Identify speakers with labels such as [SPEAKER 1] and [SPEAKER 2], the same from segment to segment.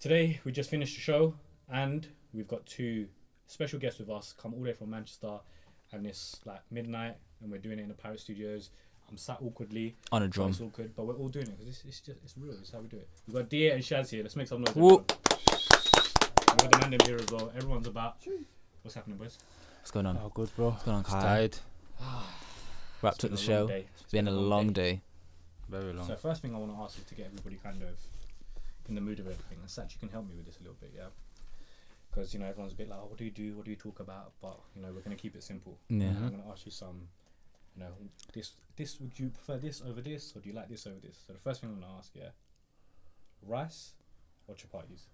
[SPEAKER 1] Today we just finished the show and we've got two special guests with us come all the way from Manchester and it's like midnight and we're doing it in the Paris studios. I'm sat awkwardly.
[SPEAKER 2] On a
[SPEAKER 1] but
[SPEAKER 2] drum.
[SPEAKER 1] It's awkward, but we're all doing it because it's, it's just it's real. It's how we do it. We've got Dia and Shaz here. Let's make some noise.
[SPEAKER 2] Woo.
[SPEAKER 1] everyone. We've got the man them here as well. Everyone's about. What's happening, boys?
[SPEAKER 2] What's going on?
[SPEAKER 3] Oh, good, bro.
[SPEAKER 2] What's going on,
[SPEAKER 3] It's
[SPEAKER 2] Kai?
[SPEAKER 3] tired.
[SPEAKER 2] Wrapped up the
[SPEAKER 1] It's been a long
[SPEAKER 2] show.
[SPEAKER 1] day.
[SPEAKER 2] It's been a long day.
[SPEAKER 3] Very long.
[SPEAKER 1] So first thing I want to ask is to get everybody kind of in the mood of everything. And Sat, you can help me with this a little bit, yeah. Because you know everyone's a bit like, oh, what do you do? What do you talk about? But you know we're gonna keep it simple.
[SPEAKER 2] Yeah. Uh-huh.
[SPEAKER 1] I'm gonna ask you some. You know, this this would you prefer this over this, or do you like this over this? So the first thing I'm gonna ask, yeah, rice or chapatis?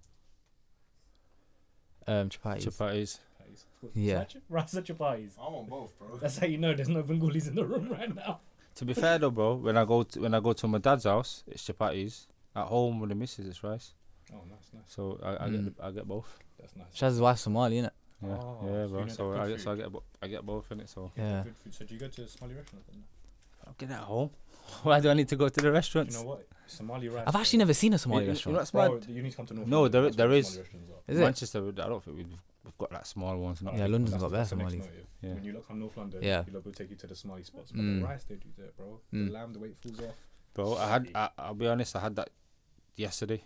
[SPEAKER 2] Um, chapatis.
[SPEAKER 3] Chapatis.
[SPEAKER 1] Chapatis. What-
[SPEAKER 2] Yeah.
[SPEAKER 1] Ch- rice or chapatis.
[SPEAKER 4] I want both, bro.
[SPEAKER 1] That's how you know there's no Bengalis in the room right now.
[SPEAKER 3] To be fair though, bro, when I go to, when I go to my dad's house, it's chapatis. At home with the missus, it's rice.
[SPEAKER 1] Oh, nice, nice.
[SPEAKER 3] So I, I
[SPEAKER 2] Mm.
[SPEAKER 3] get the, I get both.
[SPEAKER 1] That's nice.
[SPEAKER 2] Shaz's wife Somali, innit?
[SPEAKER 3] Yeah,
[SPEAKER 1] Oh, so
[SPEAKER 3] yeah,
[SPEAKER 1] you
[SPEAKER 3] bro.
[SPEAKER 1] know
[SPEAKER 3] So
[SPEAKER 1] the
[SPEAKER 3] I
[SPEAKER 1] good
[SPEAKER 3] get so I
[SPEAKER 1] food.
[SPEAKER 3] get bo- I get both in it. So
[SPEAKER 1] You get
[SPEAKER 2] Yeah.
[SPEAKER 1] Good food. So do you go to Somali restaurant? Then?
[SPEAKER 3] get at home. Why do I need to go to the
[SPEAKER 1] Do
[SPEAKER 3] restaurants?
[SPEAKER 1] you know what? Somali rice.
[SPEAKER 2] I've actually never seen a
[SPEAKER 3] You-
[SPEAKER 2] Somali
[SPEAKER 3] you- You know
[SPEAKER 2] restaurant.
[SPEAKER 3] what's
[SPEAKER 1] Bro,
[SPEAKER 3] mad?
[SPEAKER 1] you need to come to North
[SPEAKER 3] No,
[SPEAKER 1] London.
[SPEAKER 3] there-
[SPEAKER 1] That's
[SPEAKER 3] there
[SPEAKER 1] where the
[SPEAKER 3] is-
[SPEAKER 1] Somali restaurants are.
[SPEAKER 2] Is it?
[SPEAKER 3] Manchester, I don't think we've, we've got like small ones. Not
[SPEAKER 2] Yeah,
[SPEAKER 3] big.
[SPEAKER 2] London's
[SPEAKER 1] That's
[SPEAKER 2] got
[SPEAKER 1] the-
[SPEAKER 2] better
[SPEAKER 1] that's the next
[SPEAKER 2] Somalis.
[SPEAKER 1] motive.
[SPEAKER 3] Yeah.
[SPEAKER 1] When you look come North London,
[SPEAKER 2] Yeah.
[SPEAKER 1] you'll will take you to the Somali spots. But
[SPEAKER 2] Mm.
[SPEAKER 1] the rice they do there, bro.
[SPEAKER 2] Mm.
[SPEAKER 1] The lamb, the weight falls off.
[SPEAKER 3] Bro, I had. I, I'll be honest. I had that yesterday.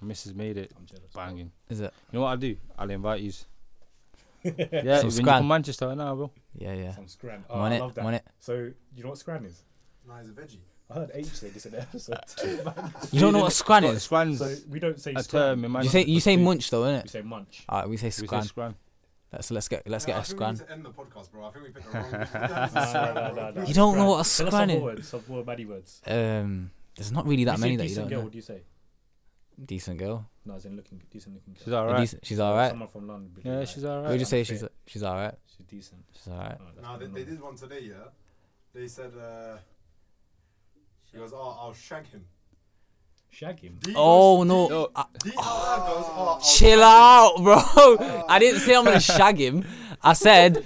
[SPEAKER 3] My missus made it
[SPEAKER 1] I'm jealous.
[SPEAKER 3] banging.
[SPEAKER 2] Is it?
[SPEAKER 3] You know what I'll do? I'll invite you. yeah,
[SPEAKER 2] Some
[SPEAKER 3] when you
[SPEAKER 2] scran.
[SPEAKER 3] come Manchester, now, bro.
[SPEAKER 2] Yeah, yeah.
[SPEAKER 1] Some scran. Oh,
[SPEAKER 2] I'm on
[SPEAKER 1] I
[SPEAKER 2] it.
[SPEAKER 1] love that.
[SPEAKER 2] I'm on it.
[SPEAKER 1] So you know what scran is?
[SPEAKER 4] No, he's a veggie.
[SPEAKER 1] I heard H say this in the episode.
[SPEAKER 2] You don't know what scran
[SPEAKER 3] Got
[SPEAKER 2] is?
[SPEAKER 3] Scran's
[SPEAKER 1] so we don't say
[SPEAKER 3] a
[SPEAKER 1] scran.
[SPEAKER 3] term in
[SPEAKER 2] You
[SPEAKER 3] Manchester.
[SPEAKER 2] say you say
[SPEAKER 3] for
[SPEAKER 2] munch though,
[SPEAKER 1] We
[SPEAKER 2] innit?
[SPEAKER 1] say munch.
[SPEAKER 2] Alright, we say
[SPEAKER 3] food. We say
[SPEAKER 2] scran.
[SPEAKER 3] scran.
[SPEAKER 2] Let's let's get let's
[SPEAKER 4] Yeah,
[SPEAKER 2] get
[SPEAKER 4] I
[SPEAKER 2] a
[SPEAKER 4] think
[SPEAKER 2] scran.
[SPEAKER 4] We need to end the podcast, bro. I think we picked the wrong. That's
[SPEAKER 1] Nah,
[SPEAKER 4] a scran,
[SPEAKER 1] nah,
[SPEAKER 4] bro.
[SPEAKER 1] nah, nah.
[SPEAKER 2] You don't know
[SPEAKER 1] Scran.
[SPEAKER 2] what a
[SPEAKER 1] Tell us
[SPEAKER 2] scran
[SPEAKER 1] some
[SPEAKER 2] is?
[SPEAKER 1] more words. Some more baddie words.
[SPEAKER 2] Um, there's not really that
[SPEAKER 1] You say
[SPEAKER 2] many that you
[SPEAKER 1] decent
[SPEAKER 2] don't
[SPEAKER 1] girl,
[SPEAKER 2] know.
[SPEAKER 1] What do you say?
[SPEAKER 2] Decent girl.
[SPEAKER 1] No, as in looking decent looking girl.
[SPEAKER 3] She's
[SPEAKER 2] A
[SPEAKER 3] alright.
[SPEAKER 2] decent- She's alright.
[SPEAKER 1] Someone from London. would be
[SPEAKER 3] Yeah,
[SPEAKER 1] like,
[SPEAKER 3] she's alright.
[SPEAKER 2] We'll just say
[SPEAKER 1] I'm
[SPEAKER 2] she's
[SPEAKER 1] fit.
[SPEAKER 2] she's alright.
[SPEAKER 1] she's decent.
[SPEAKER 2] She's alright.
[SPEAKER 1] Oh, that's
[SPEAKER 4] No, they,
[SPEAKER 1] from
[SPEAKER 4] they
[SPEAKER 1] London.
[SPEAKER 4] did one today, yeah. They said, uh, he goes, oh, I'll shag him.
[SPEAKER 1] Shag him.
[SPEAKER 4] D
[SPEAKER 2] Oh
[SPEAKER 4] goes-
[SPEAKER 2] no! I-
[SPEAKER 4] D, D out loud goes, oh, I'll shag
[SPEAKER 2] Chill
[SPEAKER 4] him."
[SPEAKER 2] out, bro. I didn't say I'm gonna shag him. I said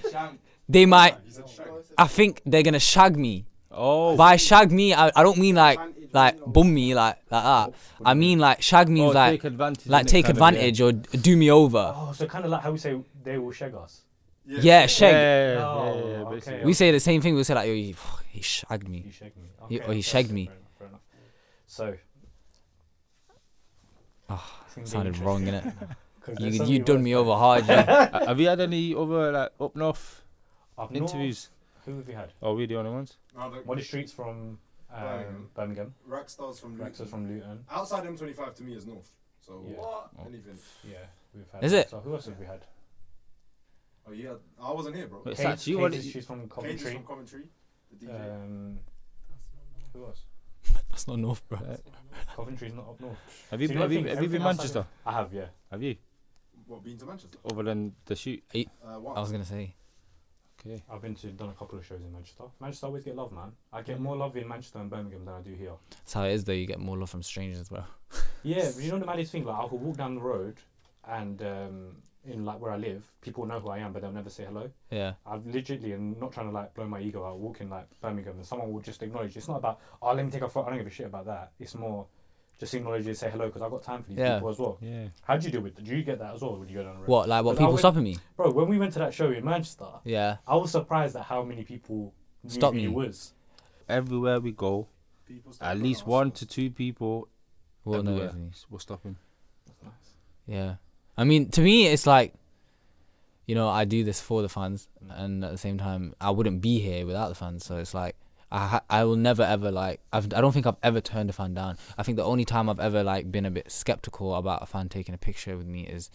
[SPEAKER 2] they might.
[SPEAKER 4] He said shag.
[SPEAKER 2] I think they're gonna shag me.
[SPEAKER 3] Oh,
[SPEAKER 2] By shag me, I, I don't mean like like bum me like like that. I mean like shag means
[SPEAKER 3] oh,
[SPEAKER 2] like
[SPEAKER 3] take advantage.
[SPEAKER 2] like
[SPEAKER 3] innit,
[SPEAKER 2] take
[SPEAKER 3] kind of, yeah.
[SPEAKER 2] advantage or d- do me over.
[SPEAKER 1] Oh, so kind of like how we say they will shag us.
[SPEAKER 2] Yeah,
[SPEAKER 3] Yeah,
[SPEAKER 2] shag.
[SPEAKER 3] yeah, yeah,
[SPEAKER 1] Oh,
[SPEAKER 3] yeah, yeah,
[SPEAKER 1] okay.
[SPEAKER 3] basically.
[SPEAKER 2] We say the same thing. We say like, Yo, he, he shagged
[SPEAKER 1] You
[SPEAKER 2] me.
[SPEAKER 1] shagged me.
[SPEAKER 2] He-
[SPEAKER 3] oh,
[SPEAKER 2] or he
[SPEAKER 1] that's-
[SPEAKER 2] shagged me.
[SPEAKER 1] Fair enough, fair enough. So.
[SPEAKER 3] Ah,
[SPEAKER 1] It's gonna be
[SPEAKER 2] Sounded
[SPEAKER 1] interesting,
[SPEAKER 2] wrong, innit?
[SPEAKER 1] 'cause
[SPEAKER 2] You
[SPEAKER 1] there's so
[SPEAKER 2] you
[SPEAKER 1] many
[SPEAKER 2] done
[SPEAKER 1] words.
[SPEAKER 2] me over hard. Yeah.
[SPEAKER 3] Uh, Have you had any other like up north
[SPEAKER 1] Up north,
[SPEAKER 3] interviews?
[SPEAKER 1] Who have we had?
[SPEAKER 3] Oh, we the only ones.
[SPEAKER 4] No, the
[SPEAKER 1] Molly Street's from um,
[SPEAKER 4] Birmingham. Mm-hmm.
[SPEAKER 1] Birmingham.
[SPEAKER 4] Rack stars from
[SPEAKER 1] Rex is
[SPEAKER 4] Luton.
[SPEAKER 1] from Luton.
[SPEAKER 4] Outside M25 to me is north. So
[SPEAKER 1] Yeah.
[SPEAKER 4] what? Anything.
[SPEAKER 1] Yeah, we've had.
[SPEAKER 2] Is it?
[SPEAKER 1] So who else have we had?
[SPEAKER 4] Oh, yeah. I wasn't here, bro.
[SPEAKER 3] But
[SPEAKER 1] Kate,
[SPEAKER 3] it's actually what
[SPEAKER 1] Kate is-
[SPEAKER 3] it-
[SPEAKER 1] she's from
[SPEAKER 4] Cage is
[SPEAKER 1] Coventry.
[SPEAKER 4] from Coventry. The DJ.
[SPEAKER 1] Um, who else?
[SPEAKER 2] That's not enough, bro.
[SPEAKER 1] Coventry's not up north.
[SPEAKER 3] Have you
[SPEAKER 1] See,
[SPEAKER 3] been,
[SPEAKER 1] the
[SPEAKER 3] have you,
[SPEAKER 1] thing is,
[SPEAKER 3] have you been
[SPEAKER 1] everything outside
[SPEAKER 3] Manchester?
[SPEAKER 1] I have, yeah.
[SPEAKER 3] Have you?
[SPEAKER 4] What, been to Manchester?
[SPEAKER 3] Other than the shoot.
[SPEAKER 4] Uh,
[SPEAKER 2] I
[SPEAKER 4] once.
[SPEAKER 2] was gonna say.
[SPEAKER 3] Okay.
[SPEAKER 1] I've been to done a couple of shows in Manchester. Manchester always get love, man. I get more love in Manchester and Birmingham than I do here.
[SPEAKER 2] That's how it is, though. You get more love from strangers, bro.
[SPEAKER 1] Yeah, but you know the maddest thing? Like, I could walk down the road and um, in like where I live, people know who I am, but they'll never say hello.
[SPEAKER 2] Yeah.
[SPEAKER 1] I've literally, and not trying to like blow my ego out, walking like Birmingham, and someone will just acknowledge. It's not about, oh, let me take a photo. I don't give a shit about that. It's more just acknowledge you, say hello, because I've got time for these
[SPEAKER 2] Yeah.
[SPEAKER 1] people as well.
[SPEAKER 3] Yeah.
[SPEAKER 1] How do you deal with? Do you get that as well when you go down the road?
[SPEAKER 2] What like what
[SPEAKER 1] But I
[SPEAKER 2] people
[SPEAKER 1] went-
[SPEAKER 2] stopping me?
[SPEAKER 1] Bro, when we went to that show in Manchester,
[SPEAKER 2] Yeah.
[SPEAKER 1] I was surprised at how many people knew
[SPEAKER 2] Stop
[SPEAKER 1] who
[SPEAKER 2] you.
[SPEAKER 1] you was.
[SPEAKER 3] Everywhere we go,
[SPEAKER 4] People start
[SPEAKER 3] at
[SPEAKER 4] going
[SPEAKER 3] least
[SPEAKER 4] outside.
[SPEAKER 3] one to two people
[SPEAKER 2] Well, no,
[SPEAKER 3] everywhere
[SPEAKER 2] isn't he?
[SPEAKER 3] will stop him.
[SPEAKER 1] That's nice.
[SPEAKER 2] Yeah. I mean, to me, it's like, you know, I do this for the fans, and at the same time, I wouldn't be here without the fans. So it's like, I ha- I will never ever like I've I don't think I've ever turned a fan down. I think the only time I've ever like been a bit skeptical about a fan taking a picture with me is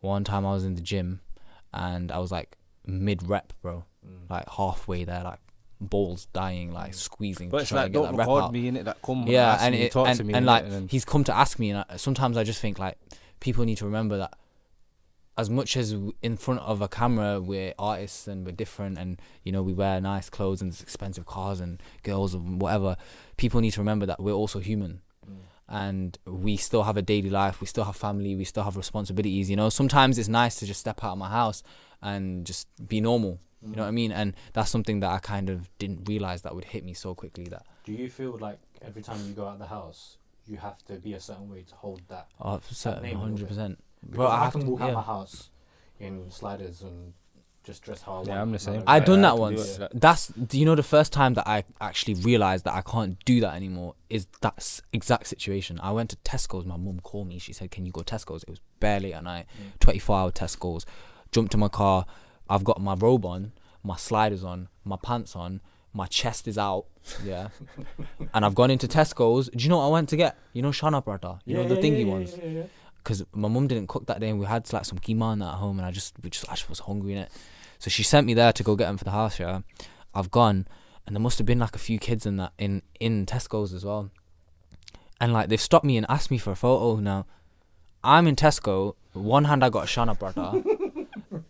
[SPEAKER 2] one time I was in the gym, and I was like mid rep, bro,
[SPEAKER 3] Mm.
[SPEAKER 2] like halfway there, like balls dying, like squeezing,
[SPEAKER 3] But it's
[SPEAKER 2] trying
[SPEAKER 3] like,
[SPEAKER 2] to get
[SPEAKER 3] don't
[SPEAKER 2] that rep
[SPEAKER 3] record
[SPEAKER 2] out
[SPEAKER 3] me in it. That come
[SPEAKER 2] yeah,
[SPEAKER 3] ask
[SPEAKER 2] and
[SPEAKER 3] me,
[SPEAKER 2] it,
[SPEAKER 3] talk
[SPEAKER 2] and,
[SPEAKER 3] to me.
[SPEAKER 2] and
[SPEAKER 3] innit,
[SPEAKER 2] like
[SPEAKER 3] then-
[SPEAKER 2] he's come to ask me, and I, sometimes I just think like people need to remember that as much as w- in front of a camera we're artists and we're different, and you know we wear nice clothes and expensive cars and girls and whatever, people need to remember that we're also human.
[SPEAKER 3] Mm.
[SPEAKER 2] And we still have a daily life. We still have family. We still have responsibilities. You know, sometimes it's nice to just step out of my house and just be normal.
[SPEAKER 3] Mm.
[SPEAKER 2] You know what I mean? And that's something that I kind of didn't realize that would hit me so quickly. That
[SPEAKER 1] Do you feel like every time you go out the house, you have to be a certain way to hold that.
[SPEAKER 2] Oh, certainly,
[SPEAKER 1] name a little
[SPEAKER 2] hundred
[SPEAKER 1] bit.
[SPEAKER 2] percent.
[SPEAKER 1] Because
[SPEAKER 2] Bro, I,
[SPEAKER 1] I,
[SPEAKER 2] have
[SPEAKER 1] can
[SPEAKER 2] to.
[SPEAKER 1] walk out my
[SPEAKER 2] Yeah.
[SPEAKER 1] house in sliders and just dress how I want.
[SPEAKER 3] Yeah, I'm the same.
[SPEAKER 2] I
[SPEAKER 3] Yeah,
[SPEAKER 2] done
[SPEAKER 3] I
[SPEAKER 2] that
[SPEAKER 3] can do
[SPEAKER 2] once.
[SPEAKER 3] it like that.
[SPEAKER 2] That's do you know the first time that I actually realized that I can't do that anymore is that s- exact situation. I went to Tesco's. My mum called me. She said, "Can you go Tesco's?" It was barely at night.
[SPEAKER 1] Mm.
[SPEAKER 2] Twenty four hour Tesco's. Jumped in my car. I've got my robe on, my sliders on, my pants on. My chest is out, yeah, and I've gone into Tesco's. Do you know what I went to get? You know Shana Prata, you know the thingy ones because my mum didn't cook that day and we had like some keema and that at home and I just we just I just was hungry in it. So she sent me there to go get them for the house, yeah. I've gone and there must have been like a few kids in that in in Tesco's as well. And like they've stopped me and asked me for a photo now. I'm in Tesco, one hand I got a Shana brother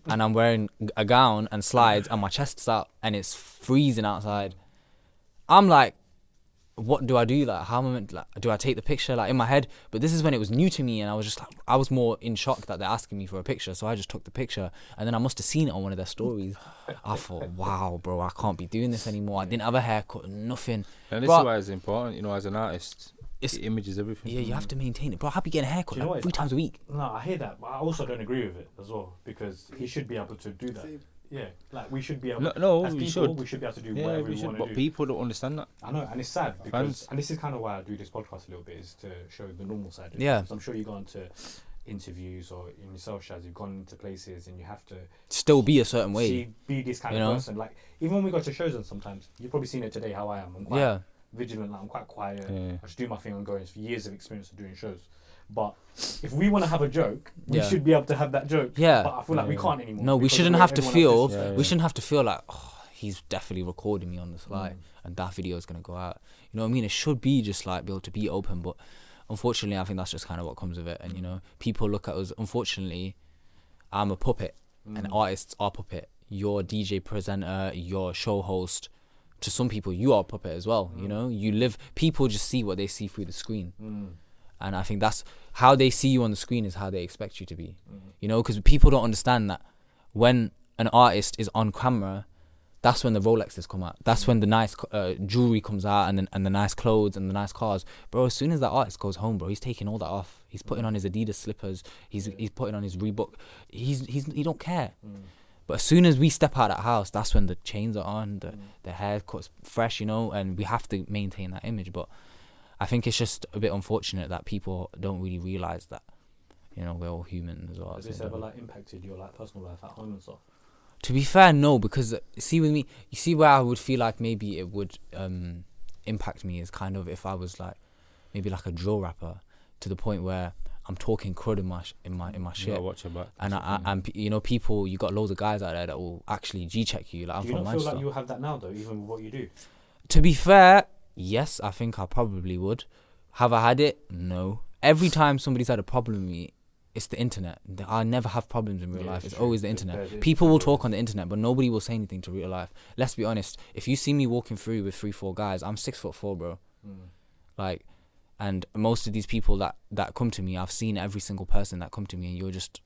[SPEAKER 2] and I'm wearing a gown and slides and my chest's out and it's freezing outside. I'm like what do I do? Like, how am I meant, like, do I take the picture? Like in my head, but this is when it was new to me, and I was just like, I was more in shock that they're asking me for a picture, so I just took the picture, and then I must have seen it on one of their stories. I thought, wow, bro, I can't be doing this anymore. I didn't have a haircut, nothing.
[SPEAKER 3] And this
[SPEAKER 2] Bro,
[SPEAKER 3] is why it's important, you know, as an artist,
[SPEAKER 2] It's-
[SPEAKER 3] the image is everything.
[SPEAKER 2] yeah, you have to maintain it, bro. I'll be getting a haircut
[SPEAKER 1] Do you know
[SPEAKER 2] like,
[SPEAKER 1] what?
[SPEAKER 2] three times a week.
[SPEAKER 1] No, I hear that, but I also don't agree with it as well because he should be able to do that. Yeah, like we should be able.
[SPEAKER 3] No, no,
[SPEAKER 1] as
[SPEAKER 3] we
[SPEAKER 1] people,
[SPEAKER 3] should.
[SPEAKER 1] We should be able to do
[SPEAKER 3] Yeah,
[SPEAKER 1] whatever
[SPEAKER 3] we
[SPEAKER 1] we,
[SPEAKER 3] should,
[SPEAKER 1] want to
[SPEAKER 3] but
[SPEAKER 1] do.
[SPEAKER 3] people don't understand that.
[SPEAKER 1] I know, and it's sad because,
[SPEAKER 3] Fans-
[SPEAKER 1] and this is kind of why I do this podcast a little bit, is to show the normal side. Of
[SPEAKER 2] Yeah.
[SPEAKER 1] things. I'm sure you've gone to interviews or in yourself, Shaz, you've gone into places and you have to
[SPEAKER 2] Still be a certain way.
[SPEAKER 1] see, be this kind
[SPEAKER 2] you
[SPEAKER 1] of
[SPEAKER 2] know?
[SPEAKER 1] person. Like even when we go to shows, and sometimes you've probably seen it today how I am. I'm quite
[SPEAKER 2] yeah,
[SPEAKER 1] vigilant. Like, I'm quite quiet.
[SPEAKER 3] Yeah.
[SPEAKER 1] I just do my thing on going. It's years of experience of doing shows. But if we want to have a joke, we
[SPEAKER 2] Yeah.
[SPEAKER 1] should be able to have that joke.
[SPEAKER 2] Yeah.
[SPEAKER 1] But I feel like we
[SPEAKER 3] Yeah.
[SPEAKER 1] can't anymore.
[SPEAKER 2] no, we
[SPEAKER 1] because of
[SPEAKER 2] shouldn't
[SPEAKER 1] the way
[SPEAKER 2] have to
[SPEAKER 1] everyone else
[SPEAKER 2] feel.
[SPEAKER 1] is.
[SPEAKER 3] Yeah, Mm. yeah.
[SPEAKER 2] We shouldn't have to feel like. Oh, He's definitely recording me on the fly, and that video is gonna go out. You know what I mean? It should be just like be able to be open, but unfortunately, I think that's just kind of what comes of it. And you know, people look at us. Unfortunately, I'm a puppet, and artists are puppet. You're a DJ presenter, you're a show host. To some people, you are a puppet as well. You know, you live. People just see what they see through the screen, and I think that's how they see you on the screen is how they expect you to be. You know, because people don't understand that when an artist is on camera. That's when the Rolexes come out. That's when the nice uh, jewelry comes out, and the, and the nice clothes and the nice cars. Bro, as soon as that artist goes home, bro, he's taking all that off. He's putting on his Adidas slippers. He's he's putting on his Reebok. He's he's he don't care.
[SPEAKER 1] Mm.
[SPEAKER 2] But as soon as we step out of that house, that's when the chains are on,
[SPEAKER 1] Mm.
[SPEAKER 2] the the haircuts fresh, you know, and we have to maintain that image. But I think it's just a bit unfortunate that people don't really realize that, you know, we're all human as well. at
[SPEAKER 1] Has
[SPEAKER 2] the
[SPEAKER 1] this
[SPEAKER 2] same
[SPEAKER 1] ever
[SPEAKER 2] time.
[SPEAKER 1] like impacted your like personal life at home and stuff?
[SPEAKER 2] To be fair, no, because uh, see with me, you see where I would feel like maybe it would um, impact me is kind of if I was like maybe like a drill rapper to the point where I'm talking crud in my sh- in my in my
[SPEAKER 3] You gotta
[SPEAKER 2] shit,
[SPEAKER 3] watch your back.
[SPEAKER 2] and I, I and pe- you know people, you got loads of guys out there that will actually g check you. Like I'm
[SPEAKER 1] do you
[SPEAKER 2] from
[SPEAKER 1] not feel
[SPEAKER 2] Manchester.
[SPEAKER 1] like you have that now though, even with what you do?
[SPEAKER 2] To be fair, yes, I think I probably would. Have I had it? No. Every time somebody's had a problem with me, it's the internet. Th- I never have problems in real
[SPEAKER 1] Yeah,
[SPEAKER 2] life.
[SPEAKER 1] it's
[SPEAKER 2] It's
[SPEAKER 1] true.
[SPEAKER 2] always the
[SPEAKER 1] It's bad,
[SPEAKER 2] internet.
[SPEAKER 1] it's
[SPEAKER 2] People will
[SPEAKER 1] true.
[SPEAKER 2] talk on the internet, but nobody will say anything to real life. Let's be honest. If you see me walking through with three, four guys, I'm six foot four, bro.
[SPEAKER 1] Hmm.
[SPEAKER 2] Like, and most of these people that that come to me, I've seen every single person that come to me, and you're just,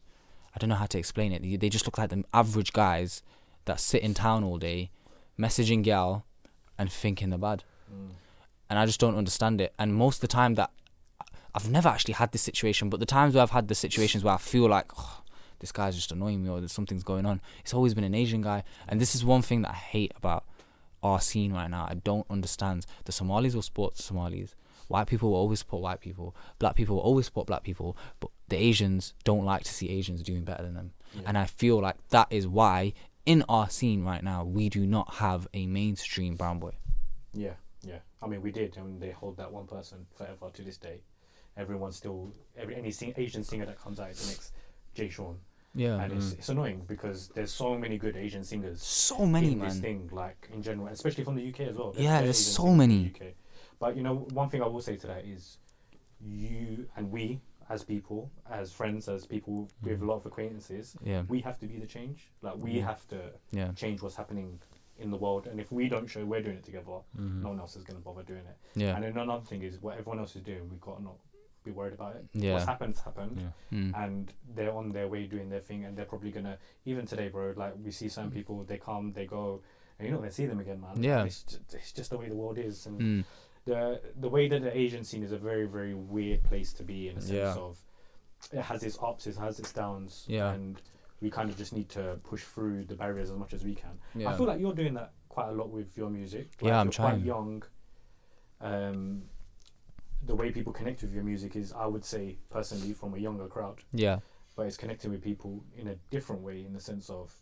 [SPEAKER 2] I don't know how to explain it. They- They just look like the average guys that sit in town all day, messaging gal, and thinking they're bad and I just don't understand it. And most of the time that I've never actually had this situation, but the times where I've had the situations where I feel like "Oh, this guy's just annoying me or there's something's going on, it's always been an Asian guy. And this is one thing that I hate about our scene right now. I don't understand. The Somalis will support Somalis. White people will always support white people. Black people will always support black people. But the Asians don't like to see Asians doing better than them. And I feel like that is why in our scene right now we do not have a mainstream brown boy.
[SPEAKER 1] Yeah, yeah. I mean, we did, and they hold that one person forever to this day. Everyone still, every any sing, Asian singer that comes out is the next Jay Sean,
[SPEAKER 2] Yeah. mm.
[SPEAKER 1] and it's, it's annoying because there's so many good Asian singers
[SPEAKER 2] So many
[SPEAKER 1] in
[SPEAKER 2] man.
[SPEAKER 1] this thing, like in general, especially from the UK as well.
[SPEAKER 2] Yeah, there's
[SPEAKER 1] Asian
[SPEAKER 2] so
[SPEAKER 1] singers in the
[SPEAKER 2] many.
[SPEAKER 1] UK. But you know, one thing I will say to that is, you and we as people, as friends, as people with a lot of acquaintances,
[SPEAKER 2] Mm. Yeah.
[SPEAKER 1] we have to be the change. Like we have to
[SPEAKER 2] Yeah.
[SPEAKER 1] change what's happening in the world. And if we don't show we're doing it together, no one else is going to bother doing it.
[SPEAKER 2] Mm-hmm. Yeah.
[SPEAKER 1] And then another thing is what everyone else is doing, we've got to not be worried about it.
[SPEAKER 2] Yeah. Mm.
[SPEAKER 1] What's happened's happened.
[SPEAKER 3] Yeah.
[SPEAKER 1] And they're on their way doing their thing, and they're probably gonna even today, bro. Like we see some people, they come, they go, and you're not gonna see them again, man.
[SPEAKER 2] Yeah. Mm.
[SPEAKER 1] It's, ju- it's just the way the world is, and the the way that the Asian scene is a very very weird place to be in a sense
[SPEAKER 2] Yeah.
[SPEAKER 1] of it has its ups, it has its downs,
[SPEAKER 2] Yeah.
[SPEAKER 1] and we kind of just need to push through the barriers as much as we can.
[SPEAKER 2] Yeah.
[SPEAKER 1] I feel like you're doing that quite a lot with your music. Like,
[SPEAKER 2] Yeah, I'm
[SPEAKER 1] you're
[SPEAKER 2] trying.
[SPEAKER 1] Quite young. Um, the way people connect with your music is, I would say, personally, from a younger crowd,
[SPEAKER 2] yeah.
[SPEAKER 1] but it's connecting with people in a different way, in the sense of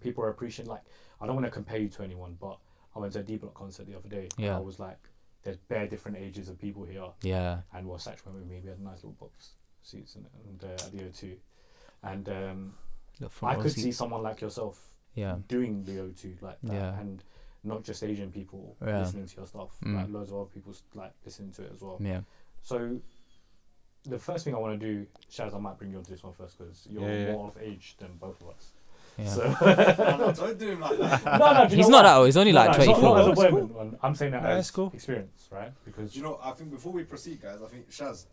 [SPEAKER 1] people are appreciating. Like, I don't want to compare you to anyone, but I went to a D Block concert the other day. and
[SPEAKER 2] Yeah.
[SPEAKER 1] I was like, there's bare different ages of people here,
[SPEAKER 2] Yeah.
[SPEAKER 1] and well, Satch went with me. We had nice little box seats and, and uh, at the O2, and um,
[SPEAKER 2] The
[SPEAKER 1] I
[SPEAKER 2] front row
[SPEAKER 1] could
[SPEAKER 2] seat.
[SPEAKER 1] see someone like yourself
[SPEAKER 2] Yeah.
[SPEAKER 1] doing the O2 like that,
[SPEAKER 2] Yeah.
[SPEAKER 1] and not just Asian people
[SPEAKER 2] Yeah.
[SPEAKER 1] listening to your stuff,
[SPEAKER 2] Mm.
[SPEAKER 1] like loads of other people s- like listening to it as well.
[SPEAKER 2] Yeah.
[SPEAKER 1] So the first thing I want to do, Shaz, I might bring you onto this one first because you're
[SPEAKER 3] Yeah, yeah.
[SPEAKER 1] more of age than both of us.
[SPEAKER 2] Yeah.
[SPEAKER 1] So
[SPEAKER 4] no, don't do him like that.
[SPEAKER 1] no, no, do you
[SPEAKER 2] He's
[SPEAKER 1] know
[SPEAKER 2] not that
[SPEAKER 1] what?
[SPEAKER 2] old. He's only
[SPEAKER 1] No,
[SPEAKER 2] like
[SPEAKER 1] no, it's not-
[SPEAKER 2] 24.
[SPEAKER 1] not as a women one. I'm saying that
[SPEAKER 3] No,
[SPEAKER 1] as
[SPEAKER 3] it's cool.
[SPEAKER 1] experience, right? Because
[SPEAKER 4] Do you know, I think before we proceed, guys, I think Shaz,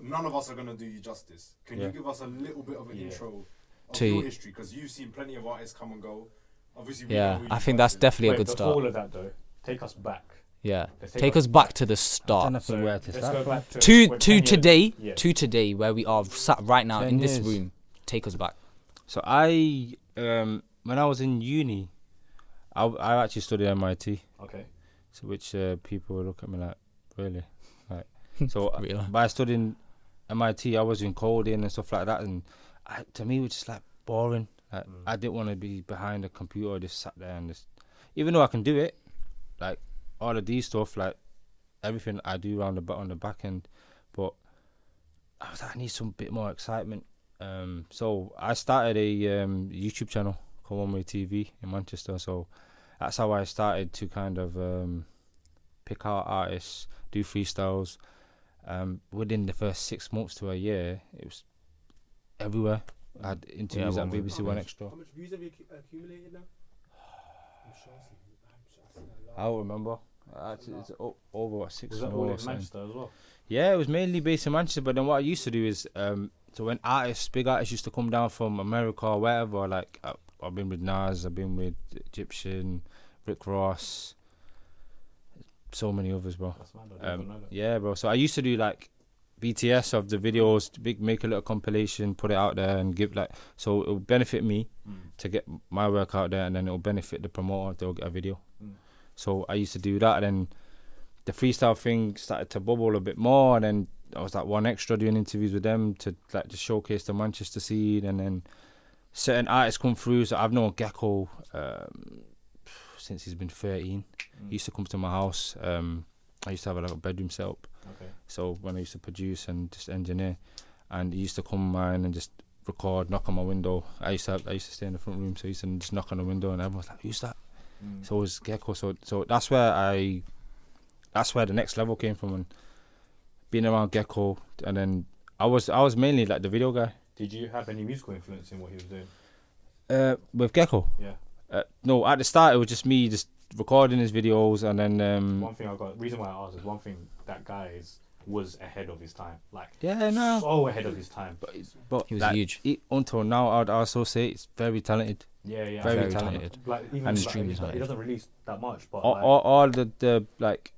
[SPEAKER 4] none of us are going to do you justice. Can
[SPEAKER 3] Yeah.
[SPEAKER 4] you give us a little bit of an
[SPEAKER 1] Yeah.
[SPEAKER 4] intro of
[SPEAKER 2] To-
[SPEAKER 4] your history? Because you've seen plenty of artists come and go. Obviously, we know
[SPEAKER 2] yeah.
[SPEAKER 4] who you
[SPEAKER 2] I think
[SPEAKER 4] guys
[SPEAKER 2] that's
[SPEAKER 4] is.
[SPEAKER 2] definitely a
[SPEAKER 1] Wait,
[SPEAKER 2] good
[SPEAKER 1] before
[SPEAKER 2] start.
[SPEAKER 1] all of that though, take us back.
[SPEAKER 2] Yeah.
[SPEAKER 1] Let's
[SPEAKER 2] Take us back to the
[SPEAKER 3] Trying to
[SPEAKER 2] start.
[SPEAKER 3] think where to
[SPEAKER 1] let's
[SPEAKER 3] start.
[SPEAKER 1] go back to,
[SPEAKER 2] To
[SPEAKER 1] when
[SPEAKER 2] to
[SPEAKER 1] 10 years-
[SPEAKER 2] today.
[SPEAKER 1] Yeah.
[SPEAKER 2] To today, where we are sat right now
[SPEAKER 3] Ten
[SPEAKER 2] in this
[SPEAKER 3] years.
[SPEAKER 2] room. Take us back.
[SPEAKER 3] So I, um, when I was in uni, I, I actually studied MIT,
[SPEAKER 1] Okay.
[SPEAKER 3] so which uh, people look at me like, really, like. So uh,
[SPEAKER 2] Really?
[SPEAKER 3] by studying MIT, I was in coding and stuff like that, and I, to me, it was just like boring. Like, I didn't want to be behind a computer, just sat there and just, even though I can do it, like all of these stuff, like everything I do around the ba- on the back end, but I was like, I need some bit more excitement. Um, so I started a um, YouTube channel called One Way TV in Manchester. So that's how I started to kind of um, pick out artists, do freestyles. Um, within the first six months to a year, it was everywhere. I had interviews
[SPEAKER 2] One
[SPEAKER 3] at
[SPEAKER 2] Way
[SPEAKER 3] BBC One Extra.
[SPEAKER 5] How much views have you accu- accumulated now? I'm sure I've seen, I'm sure I've seen a lot.
[SPEAKER 3] I don't remember. Actually, it's o- over what six
[SPEAKER 1] Was that
[SPEAKER 3] or
[SPEAKER 1] all in
[SPEAKER 3] something.
[SPEAKER 1] Manchester as well?
[SPEAKER 3] Yeah, it was mainly based in Manchester. But then what I used to do is, um, so when artists, big artists, used to come down from America or wherever, like I, I've been with Nas, I've been with Egyptian, Rick Ross, so many others, bro.
[SPEAKER 1] That's mad. I didn't even know
[SPEAKER 3] Um,
[SPEAKER 1] that.
[SPEAKER 3] yeah, bro. So I used to do like BTS of the videos, big make a little compilation, put it out there, and give like so it will benefit me
[SPEAKER 1] Mm.
[SPEAKER 3] to get my work out there, and then it will benefit the promoter. They'll get a video.
[SPEAKER 1] Mm.
[SPEAKER 3] So I used to do that, and then the freestyle thing started to bubble a bit more, and then I was like one extra doing interviews with them to like to showcase the Manchester scene, and then certain artists come through. So I've known Gecko um, since he's been thirteen.
[SPEAKER 1] Mm.
[SPEAKER 3] He used to come to my house. Um, I used to have a little bedroom set up.
[SPEAKER 1] Okay.
[SPEAKER 3] So when I used to produce and just engineer, and he used to come mine and just record, knock on my window. I used to have, I used to stay in the front room, so he used to just knock on the window, and everyone's like, "Who's that?"
[SPEAKER 1] Mm.
[SPEAKER 3] So it was Gecko. So so that's where I, that's where the next level came from, and being around Gecko, and then I was I was mainly like the video guy.
[SPEAKER 1] Did you have any musical influence in what he was doing?
[SPEAKER 3] Uh, with Gecko.
[SPEAKER 1] Yeah.
[SPEAKER 3] Uh, no, at the start it was just me just recording his videos, and then um,
[SPEAKER 1] One thing I got, reason why I asked is one thing that guy is was ahead of his time, like
[SPEAKER 3] yeah, no.
[SPEAKER 1] so ahead of his time.
[SPEAKER 3] But, it's- but
[SPEAKER 2] He was
[SPEAKER 3] like,
[SPEAKER 2] huge.
[SPEAKER 3] he- until now, I'd also say it's very talented.
[SPEAKER 1] Yeah, yeah, Like,
[SPEAKER 3] Very
[SPEAKER 2] talented.
[SPEAKER 1] Like even
[SPEAKER 3] And Oh,
[SPEAKER 1] like,
[SPEAKER 2] extremely
[SPEAKER 1] he's not- he
[SPEAKER 2] talented.
[SPEAKER 1] doesn't release that much, but
[SPEAKER 3] all,
[SPEAKER 1] like,
[SPEAKER 3] all, all the, the like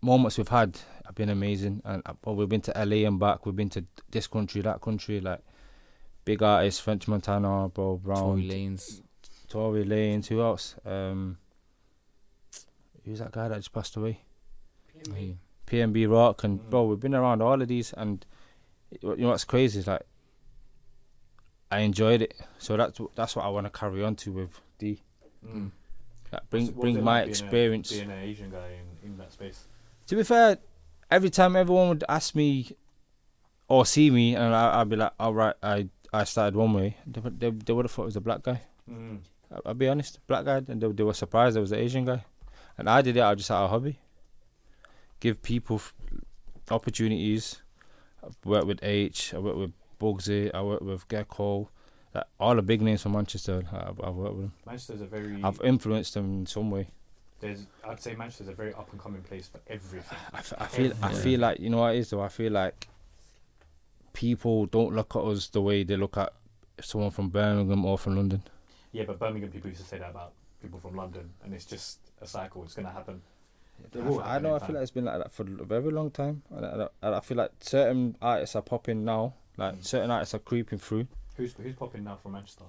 [SPEAKER 3] moments we've had have been amazing and uh, well, we've been to LA and back we've been to this country that country like big artists French Montana Bro
[SPEAKER 2] Tory
[SPEAKER 3] Brown
[SPEAKER 2] Lanes.
[SPEAKER 3] Tory Lanez who else um who's that guy that just passed away
[SPEAKER 2] Hey.
[SPEAKER 3] PNB Rock and
[SPEAKER 1] Mm.
[SPEAKER 3] bro we've been around all of these and it- you know what's crazy is like I enjoyed it so that's wh- that's what I want to carry on to with D
[SPEAKER 1] mm.
[SPEAKER 3] like, bring
[SPEAKER 1] What's it
[SPEAKER 3] bring
[SPEAKER 1] like
[SPEAKER 3] my
[SPEAKER 1] being a-
[SPEAKER 3] experience
[SPEAKER 1] being an Asian guy in, in that space.
[SPEAKER 3] To be fair, every time everyone would ask me or see me, and I, I'd be like, "All right, I I started one way." They, would- they, they would have thought it was a black guy.
[SPEAKER 1] Mm.
[SPEAKER 3] I- I'll be honest, black guy, and they, they were surprised I was an Asian guy, and I did it. I just had a hobby, give people f- opportunities. I worked with H, I worked with Bugsy, I worked with Gecko, like, all the big names from Manchester. I've, I've worked with them.
[SPEAKER 1] Manchester's a very
[SPEAKER 3] I've influenced them in some way.
[SPEAKER 1] there's I'd say Manchester's a very up and coming place for everything.
[SPEAKER 3] I, f- I feel I
[SPEAKER 2] Yeah.
[SPEAKER 3] feel like you know what it is though. I feel like people don't look at us the way they look at someone from Birmingham or from London.
[SPEAKER 1] Yeah, but Birmingham people used to say that about people from London, and it's just a cycle. It's gonna happen. They
[SPEAKER 3] I,
[SPEAKER 1] will
[SPEAKER 3] f- Oh, I
[SPEAKER 1] have an
[SPEAKER 3] know. I
[SPEAKER 1] impact.
[SPEAKER 3] feel like it's been like that for a very long time. And I, and I feel like certain artists are popping now. Like certain artists are creeping through.
[SPEAKER 1] who's who's popping now from Manchester?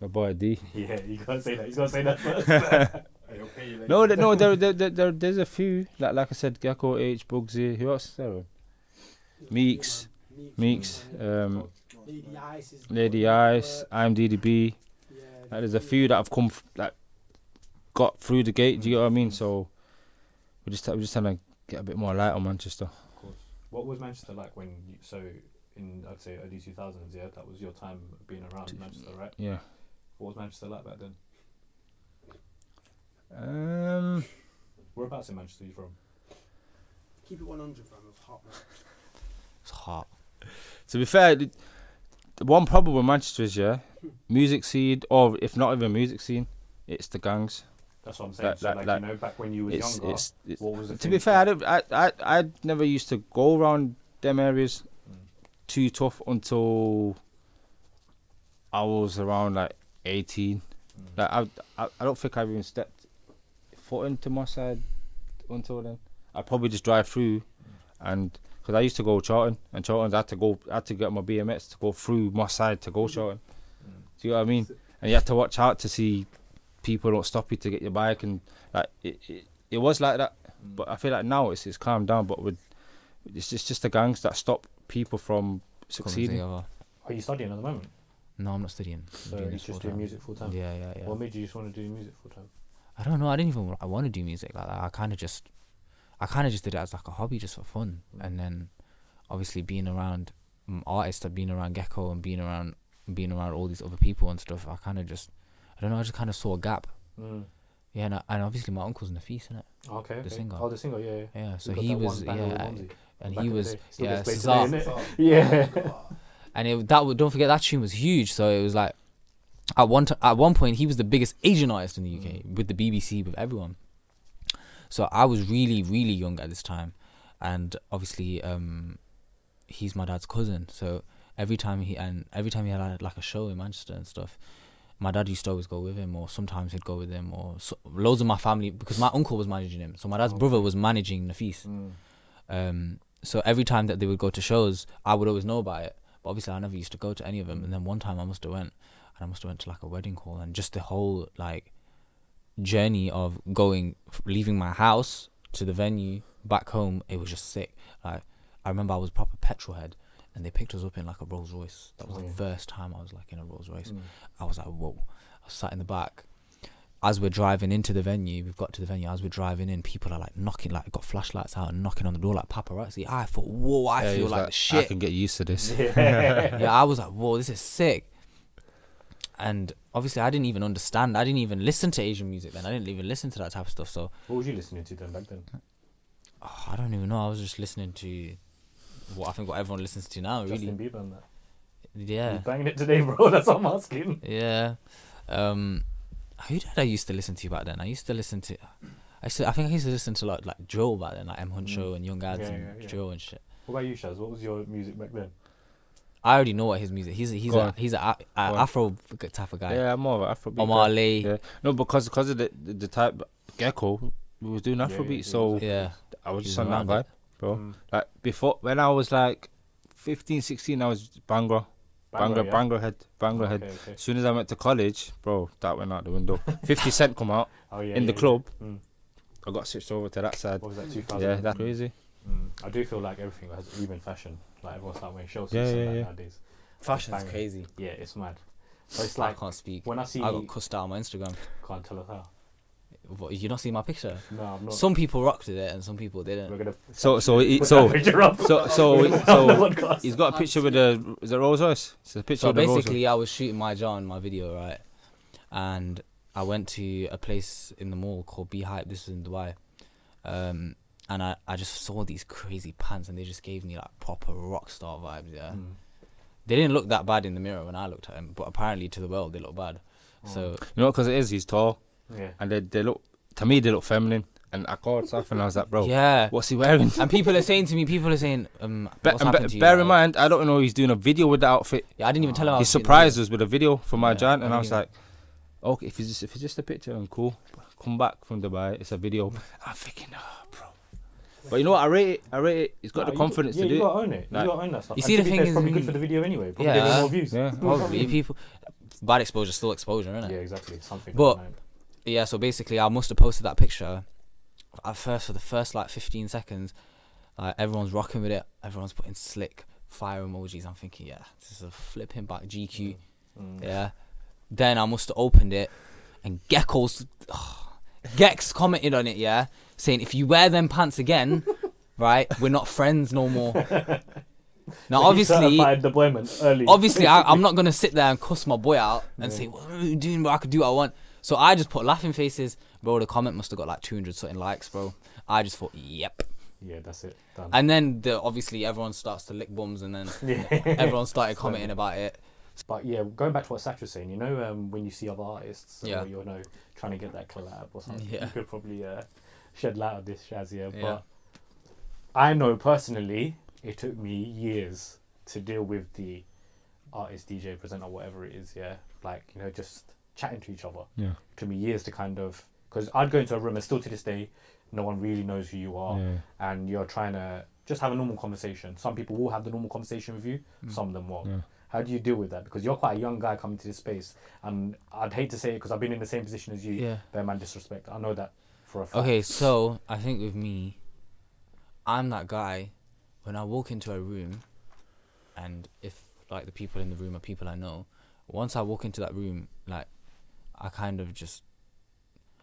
[SPEAKER 3] My boy D.
[SPEAKER 1] Yeah, you can't say that. You can't say that. first.
[SPEAKER 4] He'll pay you later.
[SPEAKER 3] No, th- no, there, there, there, there, there's a few. Like, like I said, Gecko H, Bugsy. Who else? Is there? Meeks, Meeks, um,
[SPEAKER 5] Lady Ice is.
[SPEAKER 3] Lady Ice, I'm DDB.
[SPEAKER 5] Yeah,
[SPEAKER 3] Like, there's a few that have come, f- like, got through the gate. Do you get what I mean? So, we just, we just trying to get a bit more light on Manchester.
[SPEAKER 1] what was Manchester like when you so in I'd say early two thousands? Yeah, that was your time being around Manchester, right?
[SPEAKER 3] Yeah.
[SPEAKER 1] What was Manchester like back then?
[SPEAKER 3] Um.
[SPEAKER 1] Whereabouts in Manchester are you from?
[SPEAKER 5] Keep it 100, fam. It was hot, man.
[SPEAKER 2] It's hot.
[SPEAKER 3] To be fair, the the one problem with Manchester is yeah, music scene, or if not even music scene, it's the gangs.
[SPEAKER 1] That's what I'm saying.
[SPEAKER 3] Like-
[SPEAKER 1] so
[SPEAKER 3] like-
[SPEAKER 1] like,
[SPEAKER 3] like-
[SPEAKER 1] you know, back when you were
[SPEAKER 3] It's,
[SPEAKER 1] younger,
[SPEAKER 3] it's, it's
[SPEAKER 1] what was the
[SPEAKER 3] to be
[SPEAKER 1] things
[SPEAKER 3] fair, I,
[SPEAKER 1] that-
[SPEAKER 3] don't, I I I never used to go around them areas too tough until I was around like eighteen.
[SPEAKER 1] Mm.
[SPEAKER 3] Like I, I I don't think I even stepped foot into my side until then. I probably just drive through, and because I used to go Charlton and Charlton, I had to go, I had to get my BMX to go through my side to go
[SPEAKER 2] Mm.
[SPEAKER 3] Charlton. Do you know what I mean? And you had to watch out to see people don't stop you to get your bike and like it, it, it was like that
[SPEAKER 2] Mm.
[SPEAKER 3] but I feel like now it's it's calmed down. But with it's just it's just the gangs that stop people from
[SPEAKER 2] Coming
[SPEAKER 3] succeeding.
[SPEAKER 2] together.
[SPEAKER 1] Are you studying at the moment?
[SPEAKER 2] No, I'm not studying. I'm
[SPEAKER 1] So
[SPEAKER 2] doing
[SPEAKER 1] you
[SPEAKER 2] this
[SPEAKER 1] just
[SPEAKER 2] full-time.
[SPEAKER 1] doing music full time.
[SPEAKER 2] Yeah, yeah, yeah.
[SPEAKER 1] What made you just want to do music full time?
[SPEAKER 2] I don't know. I didn't even. wa- I want to do music like that. I kind of just, I kind of just did it as like a hobby, just for fun. And then, obviously, being around um, artists, and being around Gecko, and being around, being around all these other people and stuff. I kind of just, I don't know. I just kind of saw a gap.
[SPEAKER 1] Mm.
[SPEAKER 2] Yeah, and, I, and obviously my uncle's Nafis, innit?
[SPEAKER 1] Okay, okay.
[SPEAKER 2] singer.
[SPEAKER 1] Oh, the singer. Yeah, yeah.
[SPEAKER 2] Yeah, so
[SPEAKER 1] We've got
[SPEAKER 2] he
[SPEAKER 1] that one
[SPEAKER 2] was,
[SPEAKER 1] banger with
[SPEAKER 2] yeah,
[SPEAKER 1] Bonzi.
[SPEAKER 2] and
[SPEAKER 1] Back
[SPEAKER 2] he
[SPEAKER 1] in the
[SPEAKER 2] was,
[SPEAKER 1] day. Still
[SPEAKER 2] yeah,
[SPEAKER 1] gets played today,
[SPEAKER 2] Cesar,
[SPEAKER 1] innit? Yeah.
[SPEAKER 2] and it, that would don't forget that tune was huge. So it was like, at one t- at one point he was the biggest Asian artist in the UK with the BBC with everyone. So I was really really young at this time, and obviously um, he's my dad's cousin. So every time he and every time he had uh, like a show in Manchester and stuff. My dad used to always go with him, or sometimes he'd go with him, or so, loads of my family because my uncle was managing him. So my dad's brother was managing Nafis.
[SPEAKER 1] Mm.
[SPEAKER 2] Um, so every time that they would go to shows, I would always know about it. But obviously, I never used to go to any of them. And then one time, I must have went, and I must have went to like a wedding hall, and just the whole like journey of going, f- leaving my house to the venue back home, it was just sick. Like I remember, I was proper petrol head, and they picked us up in like a Rolls Royce. That was the
[SPEAKER 1] Mm.
[SPEAKER 2] first time I was like in a Rolls Royce.
[SPEAKER 1] Mm.
[SPEAKER 2] I was like, whoa. I was sat in the back. As we're driving into the venue, we've got to the venue. As we're driving in, people are like knocking, like got flashlights out and knocking on the door like paparazzi. I thought, whoa, I
[SPEAKER 3] Yeah, he
[SPEAKER 2] feel
[SPEAKER 3] was
[SPEAKER 2] like, the
[SPEAKER 3] I
[SPEAKER 2] shit.
[SPEAKER 3] can get used to this.
[SPEAKER 2] yeah, I was like, whoa, this is sick. And obviously, I didn't even understand. I didn't even listen to Asian music then. I didn't even listen to that type of stuff. So
[SPEAKER 1] What was you listening to then back then?
[SPEAKER 2] oh, I don't even know. I was just listening to what I think what everyone listens to now. Really,
[SPEAKER 1] Justin Bieber and that.
[SPEAKER 2] yeah.
[SPEAKER 1] You banging it today, bro. That's what I'm asking.
[SPEAKER 2] Yeah. Um, who did I used to listen to back then? I used to listen to. I used to, I think I used to listen to like like Joel back then, like M Huncho and Young Ads
[SPEAKER 1] Yeah,
[SPEAKER 2] and
[SPEAKER 1] yeah, yeah.
[SPEAKER 2] Joel and shit.
[SPEAKER 1] What about you, Shaz? What was your music back then?
[SPEAKER 2] I already know what his music. He's a, he's
[SPEAKER 3] Go
[SPEAKER 2] a
[SPEAKER 3] on.
[SPEAKER 2] he's a, a, a
[SPEAKER 3] Go on.
[SPEAKER 2] Afro type of guy.
[SPEAKER 3] Yeah, I'm more of an Afrobeat. guy.
[SPEAKER 2] Omar Lee. Yeah.
[SPEAKER 3] Yeah. No, because because of the the, the type gecko we was doing Afrobeat,
[SPEAKER 1] yeah,
[SPEAKER 3] so
[SPEAKER 1] yeah.
[SPEAKER 3] I was
[SPEAKER 2] He
[SPEAKER 3] just
[SPEAKER 2] was
[SPEAKER 3] on that
[SPEAKER 2] around it.
[SPEAKER 3] vibe, bro.
[SPEAKER 1] Mm.
[SPEAKER 3] Like before, when I was like 15, 16, I was Bangor, Bangor,
[SPEAKER 1] yeah?
[SPEAKER 3] Bangor head, Bangor head.
[SPEAKER 1] Okay, okay.
[SPEAKER 3] As soon as I went to college, bro, that went out the window. Fifty Cent come out
[SPEAKER 1] Oh, yeah,
[SPEAKER 3] in the
[SPEAKER 1] yeah, yeah.
[SPEAKER 3] club.
[SPEAKER 1] Mm.
[SPEAKER 3] I got switched over to that side.
[SPEAKER 1] What was that, 2000?
[SPEAKER 3] Yeah, that's crazy.
[SPEAKER 1] Mm. I do feel like everything has even fashion. Like everyone's starting wearing shorts
[SPEAKER 3] Yeah,
[SPEAKER 1] and stuff
[SPEAKER 3] yeah,
[SPEAKER 1] like
[SPEAKER 3] yeah.
[SPEAKER 1] nowadays.
[SPEAKER 2] Fashion's
[SPEAKER 1] Bang.
[SPEAKER 2] crazy.
[SPEAKER 1] Yeah, it's mad. So it's
[SPEAKER 2] I
[SPEAKER 1] like
[SPEAKER 2] can't speak.
[SPEAKER 1] when I see,
[SPEAKER 2] I got cussed out on my Instagram.
[SPEAKER 1] can't tell us how.
[SPEAKER 2] What, you not see my picture?
[SPEAKER 1] No, I'm not.
[SPEAKER 2] Some people rocked with it and some people
[SPEAKER 1] We're
[SPEAKER 2] didn't.
[SPEAKER 1] gonna
[SPEAKER 3] So so he,
[SPEAKER 1] put
[SPEAKER 3] so
[SPEAKER 1] that picture up
[SPEAKER 3] so so
[SPEAKER 1] on the
[SPEAKER 3] so
[SPEAKER 1] podcast.
[SPEAKER 3] he's got a picture with a is it Rolls Royce? It's a picture
[SPEAKER 2] So
[SPEAKER 3] of the Rolls Royce.
[SPEAKER 2] basically, I was shooting my John, my video, right? And I went to a place in the mall called Beehive. This was in Dubai. Um, and I, I just saw these crazy pants and they just gave me like proper rock star vibes, yeah.
[SPEAKER 3] Hmm.
[SPEAKER 1] Mm.
[SPEAKER 2] They didn't look that bad in the mirror when I looked at them, but apparently to the world they look bad.
[SPEAKER 3] Hmm.
[SPEAKER 2] So
[SPEAKER 3] You know because it is. He's tall
[SPEAKER 1] Yeah.
[SPEAKER 3] and they they look to me they look feminine. And I called Saf and I was like, bro,
[SPEAKER 2] yeah.
[SPEAKER 3] what's he wearing?
[SPEAKER 2] And people are saying to me, people are saying, um,
[SPEAKER 3] Be-
[SPEAKER 2] what's
[SPEAKER 3] and
[SPEAKER 2] happened
[SPEAKER 3] be-
[SPEAKER 2] to you?
[SPEAKER 3] bear
[SPEAKER 2] Like, Oh,
[SPEAKER 3] in mind, I don't know. He's doing a video with the outfit.
[SPEAKER 2] Yeah, I didn't even tell him. I
[SPEAKER 3] he
[SPEAKER 2] was shooting the
[SPEAKER 3] surprised us with a video for my
[SPEAKER 2] Yeah,
[SPEAKER 3] giant, and
[SPEAKER 2] I
[SPEAKER 3] I was
[SPEAKER 2] didn't
[SPEAKER 3] like, okay, if it's just if it's just a picture, then cool. But come back from Dubai. It's a video. I'm thinking, oh, bro. But you know what? I rate it. I rate it. He's got
[SPEAKER 1] Nah,
[SPEAKER 3] the
[SPEAKER 1] you-
[SPEAKER 3] confidence
[SPEAKER 1] yeah,
[SPEAKER 3] to do
[SPEAKER 1] you
[SPEAKER 3] it.
[SPEAKER 1] gotta own it.
[SPEAKER 3] Like-
[SPEAKER 1] you gotta own that stuff.
[SPEAKER 2] You
[SPEAKER 1] And
[SPEAKER 2] see,
[SPEAKER 1] to
[SPEAKER 2] the
[SPEAKER 1] be fair,
[SPEAKER 2] thing
[SPEAKER 1] it's
[SPEAKER 2] is
[SPEAKER 1] probably good
[SPEAKER 2] in-
[SPEAKER 1] for the video anyway. Probably
[SPEAKER 2] Yeah.
[SPEAKER 1] get more views.
[SPEAKER 3] Yeah.
[SPEAKER 2] Probably people. Bad exposure, still exposure, isn't it?
[SPEAKER 1] Yeah, exactly. Something.
[SPEAKER 2] But-
[SPEAKER 1] like that.
[SPEAKER 2] yeah, so basically, I must have posted that picture at first for the first like 15 seconds. Like everyone's rocking with it, everyone's putting slick fire emojis. I'm thinking, yeah, this is a flipping back GQ.
[SPEAKER 1] Mm.
[SPEAKER 2] Yeah. Then I must have opened it, and Gecko's Gex commented on it. Yeah, saying if you wear them pants again, right, we're not friends no more. Now,
[SPEAKER 1] He
[SPEAKER 2] obviously,
[SPEAKER 1] certified the boyman early.
[SPEAKER 2] obviously I, I'm not gonna sit there and cuss my boy out and say what are you doing, bro? I could do what I want. So I just put laughing faces, bro. The comment must have got like 200 something likes, bro. I just thought, yep.
[SPEAKER 1] Yeah, that's it. Done.
[SPEAKER 2] And then the, obviously everyone starts to lick bums, and then
[SPEAKER 1] yeah.
[SPEAKER 2] everyone started commenting about it.
[SPEAKER 1] But yeah, going back to what Satch was saying, you know, um, when you see other artists,
[SPEAKER 2] Yeah.
[SPEAKER 1] or you know, trying to get that collab or something,
[SPEAKER 2] Yeah.
[SPEAKER 1] you could probably uh, shed light on this, Shaz. Yeah,
[SPEAKER 2] Yeah.
[SPEAKER 1] but I know personally, it took me years to deal with the artist, DJ, presenter, whatever it is. Yeah, like you know, just chatting to each other.
[SPEAKER 3] Yeah.
[SPEAKER 1] It took me years to kind of because I'd go into a room and still to this day, no one really knows who you are
[SPEAKER 3] Yeah.
[SPEAKER 1] and you're trying to just have a normal conversation. Some people will have the normal conversation with you, some of them won't.
[SPEAKER 3] Mm. Yeah.
[SPEAKER 1] How do you deal with that? Because you're quite a young guy coming to this space, and I'd hate to say it because I've been in the same position as you.
[SPEAKER 2] Yeah.
[SPEAKER 1] Bear man disrespect. I know that for a fact.
[SPEAKER 2] Okay, so I think with me, I'm that guy. When I walk into a room, and if like the people in the room are people I know, once I walk into that room, like I kind of just,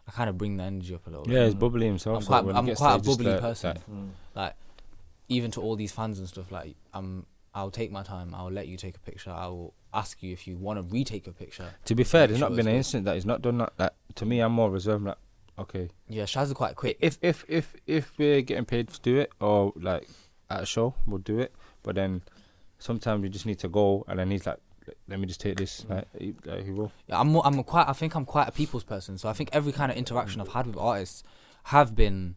[SPEAKER 2] I kind of bring the energy up a little.
[SPEAKER 3] Yeah,
[SPEAKER 2] bit.
[SPEAKER 3] he's bubbly himself.
[SPEAKER 2] I'm
[SPEAKER 3] so
[SPEAKER 2] quite,
[SPEAKER 3] when he
[SPEAKER 2] I'm
[SPEAKER 3] gets
[SPEAKER 2] quite
[SPEAKER 3] there,
[SPEAKER 2] a
[SPEAKER 3] just
[SPEAKER 2] bubbly
[SPEAKER 3] like-
[SPEAKER 2] person.
[SPEAKER 3] like-
[SPEAKER 1] Mm.
[SPEAKER 2] Like, even to all these fans and stuff, like, I'm, I'll take my time. I'll let you take a picture. I will ask you if you want to retake a picture.
[SPEAKER 3] to be fair, there's
[SPEAKER 2] Sure,
[SPEAKER 3] not
[SPEAKER 2] it's
[SPEAKER 3] been an
[SPEAKER 2] good.
[SPEAKER 3] incident that he's not done that. Like, to me, I'm more reserved. Like, okay,
[SPEAKER 2] Yeah, Shaz is quite quick.
[SPEAKER 3] if if if if we're getting paid to do it or like at a show, we'll do it. But then sometimes we just need to go, and then he's like, "Let me just take this."
[SPEAKER 2] Mm.
[SPEAKER 3] Like, he, like, he will.
[SPEAKER 2] Yeah, I'm more, I'm a quite I think I'm quite a people's person. So I think every kind of interaction I've had with artists have been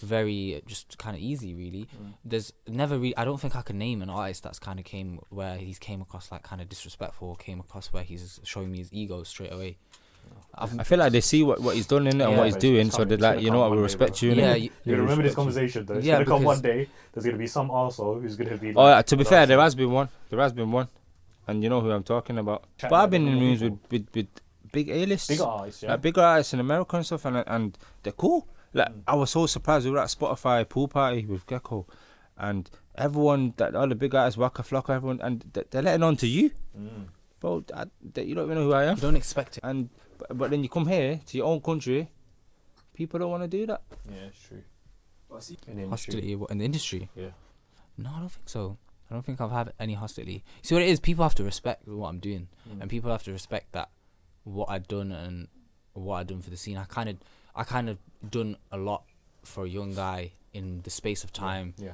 [SPEAKER 2] very uh, just kind of easy really. There's never really I don't think I can name an artist that's kind of came where he's came across like kind of disrespectful or came across where he's showing me his ego straight away. I've,
[SPEAKER 3] I feel like they see what, what he's done in it and
[SPEAKER 2] Yeah.
[SPEAKER 3] what he's
[SPEAKER 1] But it's
[SPEAKER 3] doing, so
[SPEAKER 1] coming,
[SPEAKER 3] they're
[SPEAKER 1] it's
[SPEAKER 3] like,
[SPEAKER 1] gonna
[SPEAKER 3] you
[SPEAKER 1] come
[SPEAKER 3] know what, we
[SPEAKER 1] one day,
[SPEAKER 3] respect
[SPEAKER 1] bro.
[SPEAKER 3] you.
[SPEAKER 2] yeah,
[SPEAKER 3] innit?
[SPEAKER 2] y-
[SPEAKER 1] You're gonna remember this
[SPEAKER 3] respect
[SPEAKER 1] conversation though. It's
[SPEAKER 2] Yeah,
[SPEAKER 1] gonna come
[SPEAKER 2] because-
[SPEAKER 1] one day. There's gonna be some arsehole who's gonna be.
[SPEAKER 3] Oh,
[SPEAKER 1] like,
[SPEAKER 3] yeah, to be
[SPEAKER 1] "Well,
[SPEAKER 3] fair,
[SPEAKER 1] that's
[SPEAKER 3] there has been one. There has been one, and you know who I'm talking about.
[SPEAKER 1] Chat
[SPEAKER 3] but
[SPEAKER 1] like
[SPEAKER 3] I've been in
[SPEAKER 1] normal
[SPEAKER 3] rooms with,
[SPEAKER 1] people.
[SPEAKER 3] with with big A-lists,
[SPEAKER 1] bigger artists. Yeah.
[SPEAKER 3] like bigger artists in America and stuff, and and they're cool. Like
[SPEAKER 2] Mm.
[SPEAKER 3] I was so surprised we were at Spotify pool party with Gecko, and everyone that all the big artists, Waka Flocka, everyone, and th- they're letting on to you,
[SPEAKER 1] Mm.
[SPEAKER 3] bro. I, th- you don't even know who I am.
[SPEAKER 2] you don't expect it.
[SPEAKER 3] And but, but then you come here to your own country, people don't want to do that.
[SPEAKER 1] Yeah, it's true.
[SPEAKER 5] But I see
[SPEAKER 1] In the industry.
[SPEAKER 2] Hostility in the industry.
[SPEAKER 1] Yeah.
[SPEAKER 2] No, I don't think so. I don't think I've had any hostility. See what it is? People have to respect what I'm doing,
[SPEAKER 1] Mm.
[SPEAKER 2] and people have to respect that what I've done and what I've done for the scene. I kind of, I kind of done a lot for a young guy in the space of time
[SPEAKER 1] Yeah.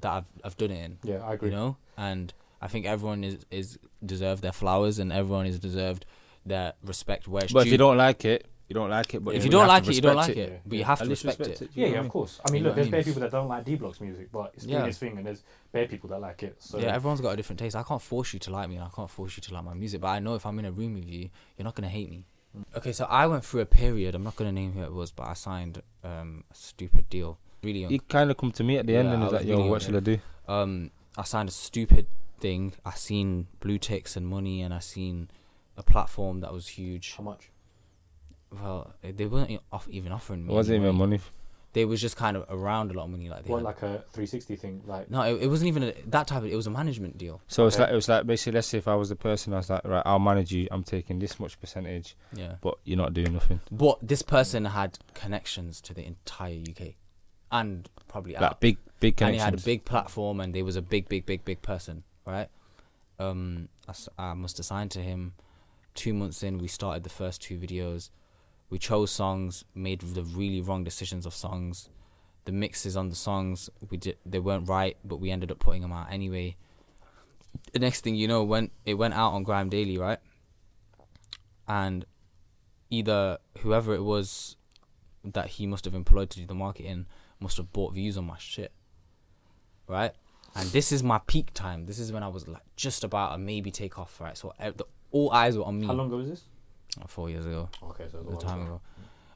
[SPEAKER 2] that I've I've done it in.
[SPEAKER 1] Yeah, I agree.
[SPEAKER 2] You know, and I think everyone is is deserved their flowers, and everyone is deserved their respect. Where it's
[SPEAKER 3] But if
[SPEAKER 2] due.
[SPEAKER 3] you don't like it, you don't like it. But
[SPEAKER 2] if
[SPEAKER 3] then
[SPEAKER 2] you
[SPEAKER 3] we
[SPEAKER 2] don't
[SPEAKER 3] have
[SPEAKER 2] like
[SPEAKER 3] to
[SPEAKER 2] it, you don't like
[SPEAKER 3] respect
[SPEAKER 2] it.
[SPEAKER 1] Yeah,
[SPEAKER 2] But you
[SPEAKER 1] yeah.
[SPEAKER 2] have
[SPEAKER 3] At
[SPEAKER 2] to
[SPEAKER 3] least
[SPEAKER 2] respect it.
[SPEAKER 3] do you
[SPEAKER 1] Yeah,
[SPEAKER 3] know
[SPEAKER 1] yeah,
[SPEAKER 3] what I
[SPEAKER 1] of
[SPEAKER 3] mean?
[SPEAKER 1] course. I
[SPEAKER 2] You
[SPEAKER 1] mean,
[SPEAKER 2] know
[SPEAKER 1] look,
[SPEAKER 2] what I
[SPEAKER 1] there's bare
[SPEAKER 2] mean?
[SPEAKER 1] people that don't like D-Block's music, but it's doing
[SPEAKER 2] Yeah.
[SPEAKER 1] its thing, and there's bare people that like it. So
[SPEAKER 2] yeah, everyone's got a different taste. I can't force you to like me and I can't force you to like my music, but I know if I'm in a room with you, you're not going to hate me. Okay, so I went through a period, I'm not going to name who it was, but I signed um, a stupid deal. Really young.
[SPEAKER 3] He kind of come to me at the end
[SPEAKER 2] Yeah,
[SPEAKER 3] and
[SPEAKER 2] I
[SPEAKER 3] he's
[SPEAKER 2] was
[SPEAKER 3] like, "Yo,
[SPEAKER 2] really
[SPEAKER 3] what
[SPEAKER 2] young,
[SPEAKER 3] should I do?"
[SPEAKER 2] Um, I signed a stupid thing. I seen blue ticks and money, and I seen a platform that was huge.
[SPEAKER 1] how much?
[SPEAKER 2] Well, they weren't e- off- even offering
[SPEAKER 3] It
[SPEAKER 2] me.
[SPEAKER 3] wasn't
[SPEAKER 2] any
[SPEAKER 3] even money.
[SPEAKER 2] They was just kind of around a lot of money, like they
[SPEAKER 1] What
[SPEAKER 2] had-
[SPEAKER 1] like a 360 thing? Like
[SPEAKER 2] No, it, it wasn't even a, that type of. It was a management deal.
[SPEAKER 3] So it's
[SPEAKER 1] Okay.
[SPEAKER 3] like it was like basically, let's say if I was the person, I was like, "Right, I'll manage you. I'm taking this much percentage,
[SPEAKER 2] Yeah.
[SPEAKER 3] but you're not doing nothing."
[SPEAKER 2] But this person had connections to the entire UK, and probably out.
[SPEAKER 3] Like big, big
[SPEAKER 2] and he
[SPEAKER 3] connections.
[SPEAKER 2] had a big platform, and they was a big, big, big, big person, right? Um, I, s- I must assign to him. Two months in, we started the first two videos. We chose songs, made the really wrong decisions of songs. The mixes on the songs we did they weren't right, but we ended up putting them out anyway. The next thing you know, when it went out on Grime Daily, right? And either whoever it was that he must have employed to do the marketing must have bought views on my shit. Right? And this is my peak time. This is when I was like just about a maybe take off, right? So e- the, all eyes were on me
[SPEAKER 1] how long ago was this?
[SPEAKER 2] Like, four years ago,
[SPEAKER 1] Okay, so it was
[SPEAKER 2] a
[SPEAKER 1] a while
[SPEAKER 2] time
[SPEAKER 1] ago.
[SPEAKER 2] ago.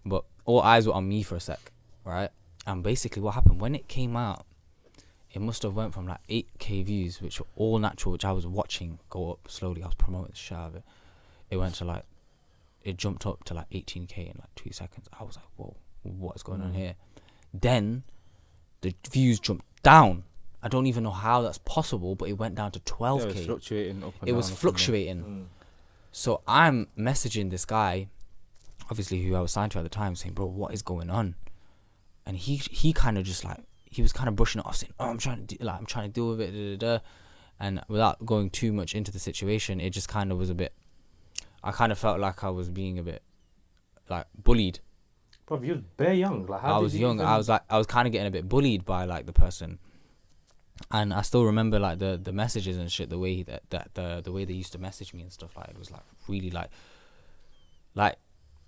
[SPEAKER 2] But all eyes were on me for a sec, right? And basically, what happened when it came out, it must have went from like 8k views, which were all natural, which I was watching go up slowly. I was promoting the shit out of it. It went to like, it jumped up to like 18k in like two seconds. I was like, whoa, what's going on here? Then the views jumped down. I don't even know how that's possible, but it went down to
[SPEAKER 3] Yeah, it
[SPEAKER 2] 12k
[SPEAKER 3] was fluctuating up and
[SPEAKER 2] it was
[SPEAKER 3] down, up and down.
[SPEAKER 2] fluctuating. So I'm messaging this guy, obviously who I was signed to at the time, saying, "Bro, what is going on?" And he he kind of just like he was kind of brushing it off, saying, "Oh, I'm trying to de- like I'm trying to deal with it." Da, da, da. And without going too much into the situation, it just kind of was a bit. I kind of felt like I was being a bit like bullied.
[SPEAKER 1] Bro, you was bare young. Like, how
[SPEAKER 2] I
[SPEAKER 1] did
[SPEAKER 2] was
[SPEAKER 1] you
[SPEAKER 2] young.
[SPEAKER 1] even-
[SPEAKER 2] I was like, I was kind of getting a bit bullied by like the person, and I still remember like the the messages and shit. The way that that the the way they used to message me and stuff like it was like really like, like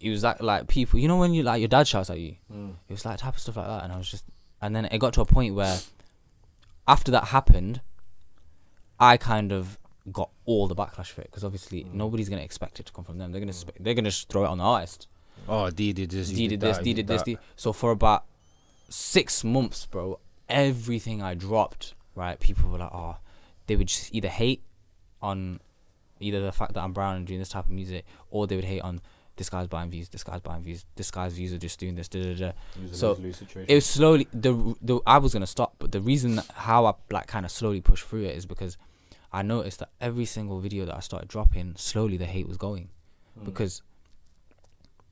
[SPEAKER 2] it was like like people. You know when you like your dad shouts at you.
[SPEAKER 1] Mm.
[SPEAKER 2] It was like type of stuff like that, and I was just. And then it got to a point where, after that happened, I kind of got all the backlash for it because obviously
[SPEAKER 1] Mm.
[SPEAKER 2] nobody's gonna expect it to come from them. They're gonna spe- they're gonna just throw it on the artist.
[SPEAKER 3] Oh, D did this.
[SPEAKER 2] D did this,
[SPEAKER 3] that,
[SPEAKER 2] D did this,
[SPEAKER 3] that.
[SPEAKER 2] D. So for about six months, bro, everything I dropped, right, people were like, oh, they would just either hate on either the fact that I'm brown and doing this type of music, or they would hate on this guy's buying views, this guy's buying views, this guy's views are just doing this, da da da.
[SPEAKER 1] Lose a
[SPEAKER 2] So
[SPEAKER 1] lose-lose situation.
[SPEAKER 2] it was slowly the the I was gonna stop, but the reason how I like kind of slowly pushed through it is because I noticed that every single video that I started dropping, slowly the hate was going, because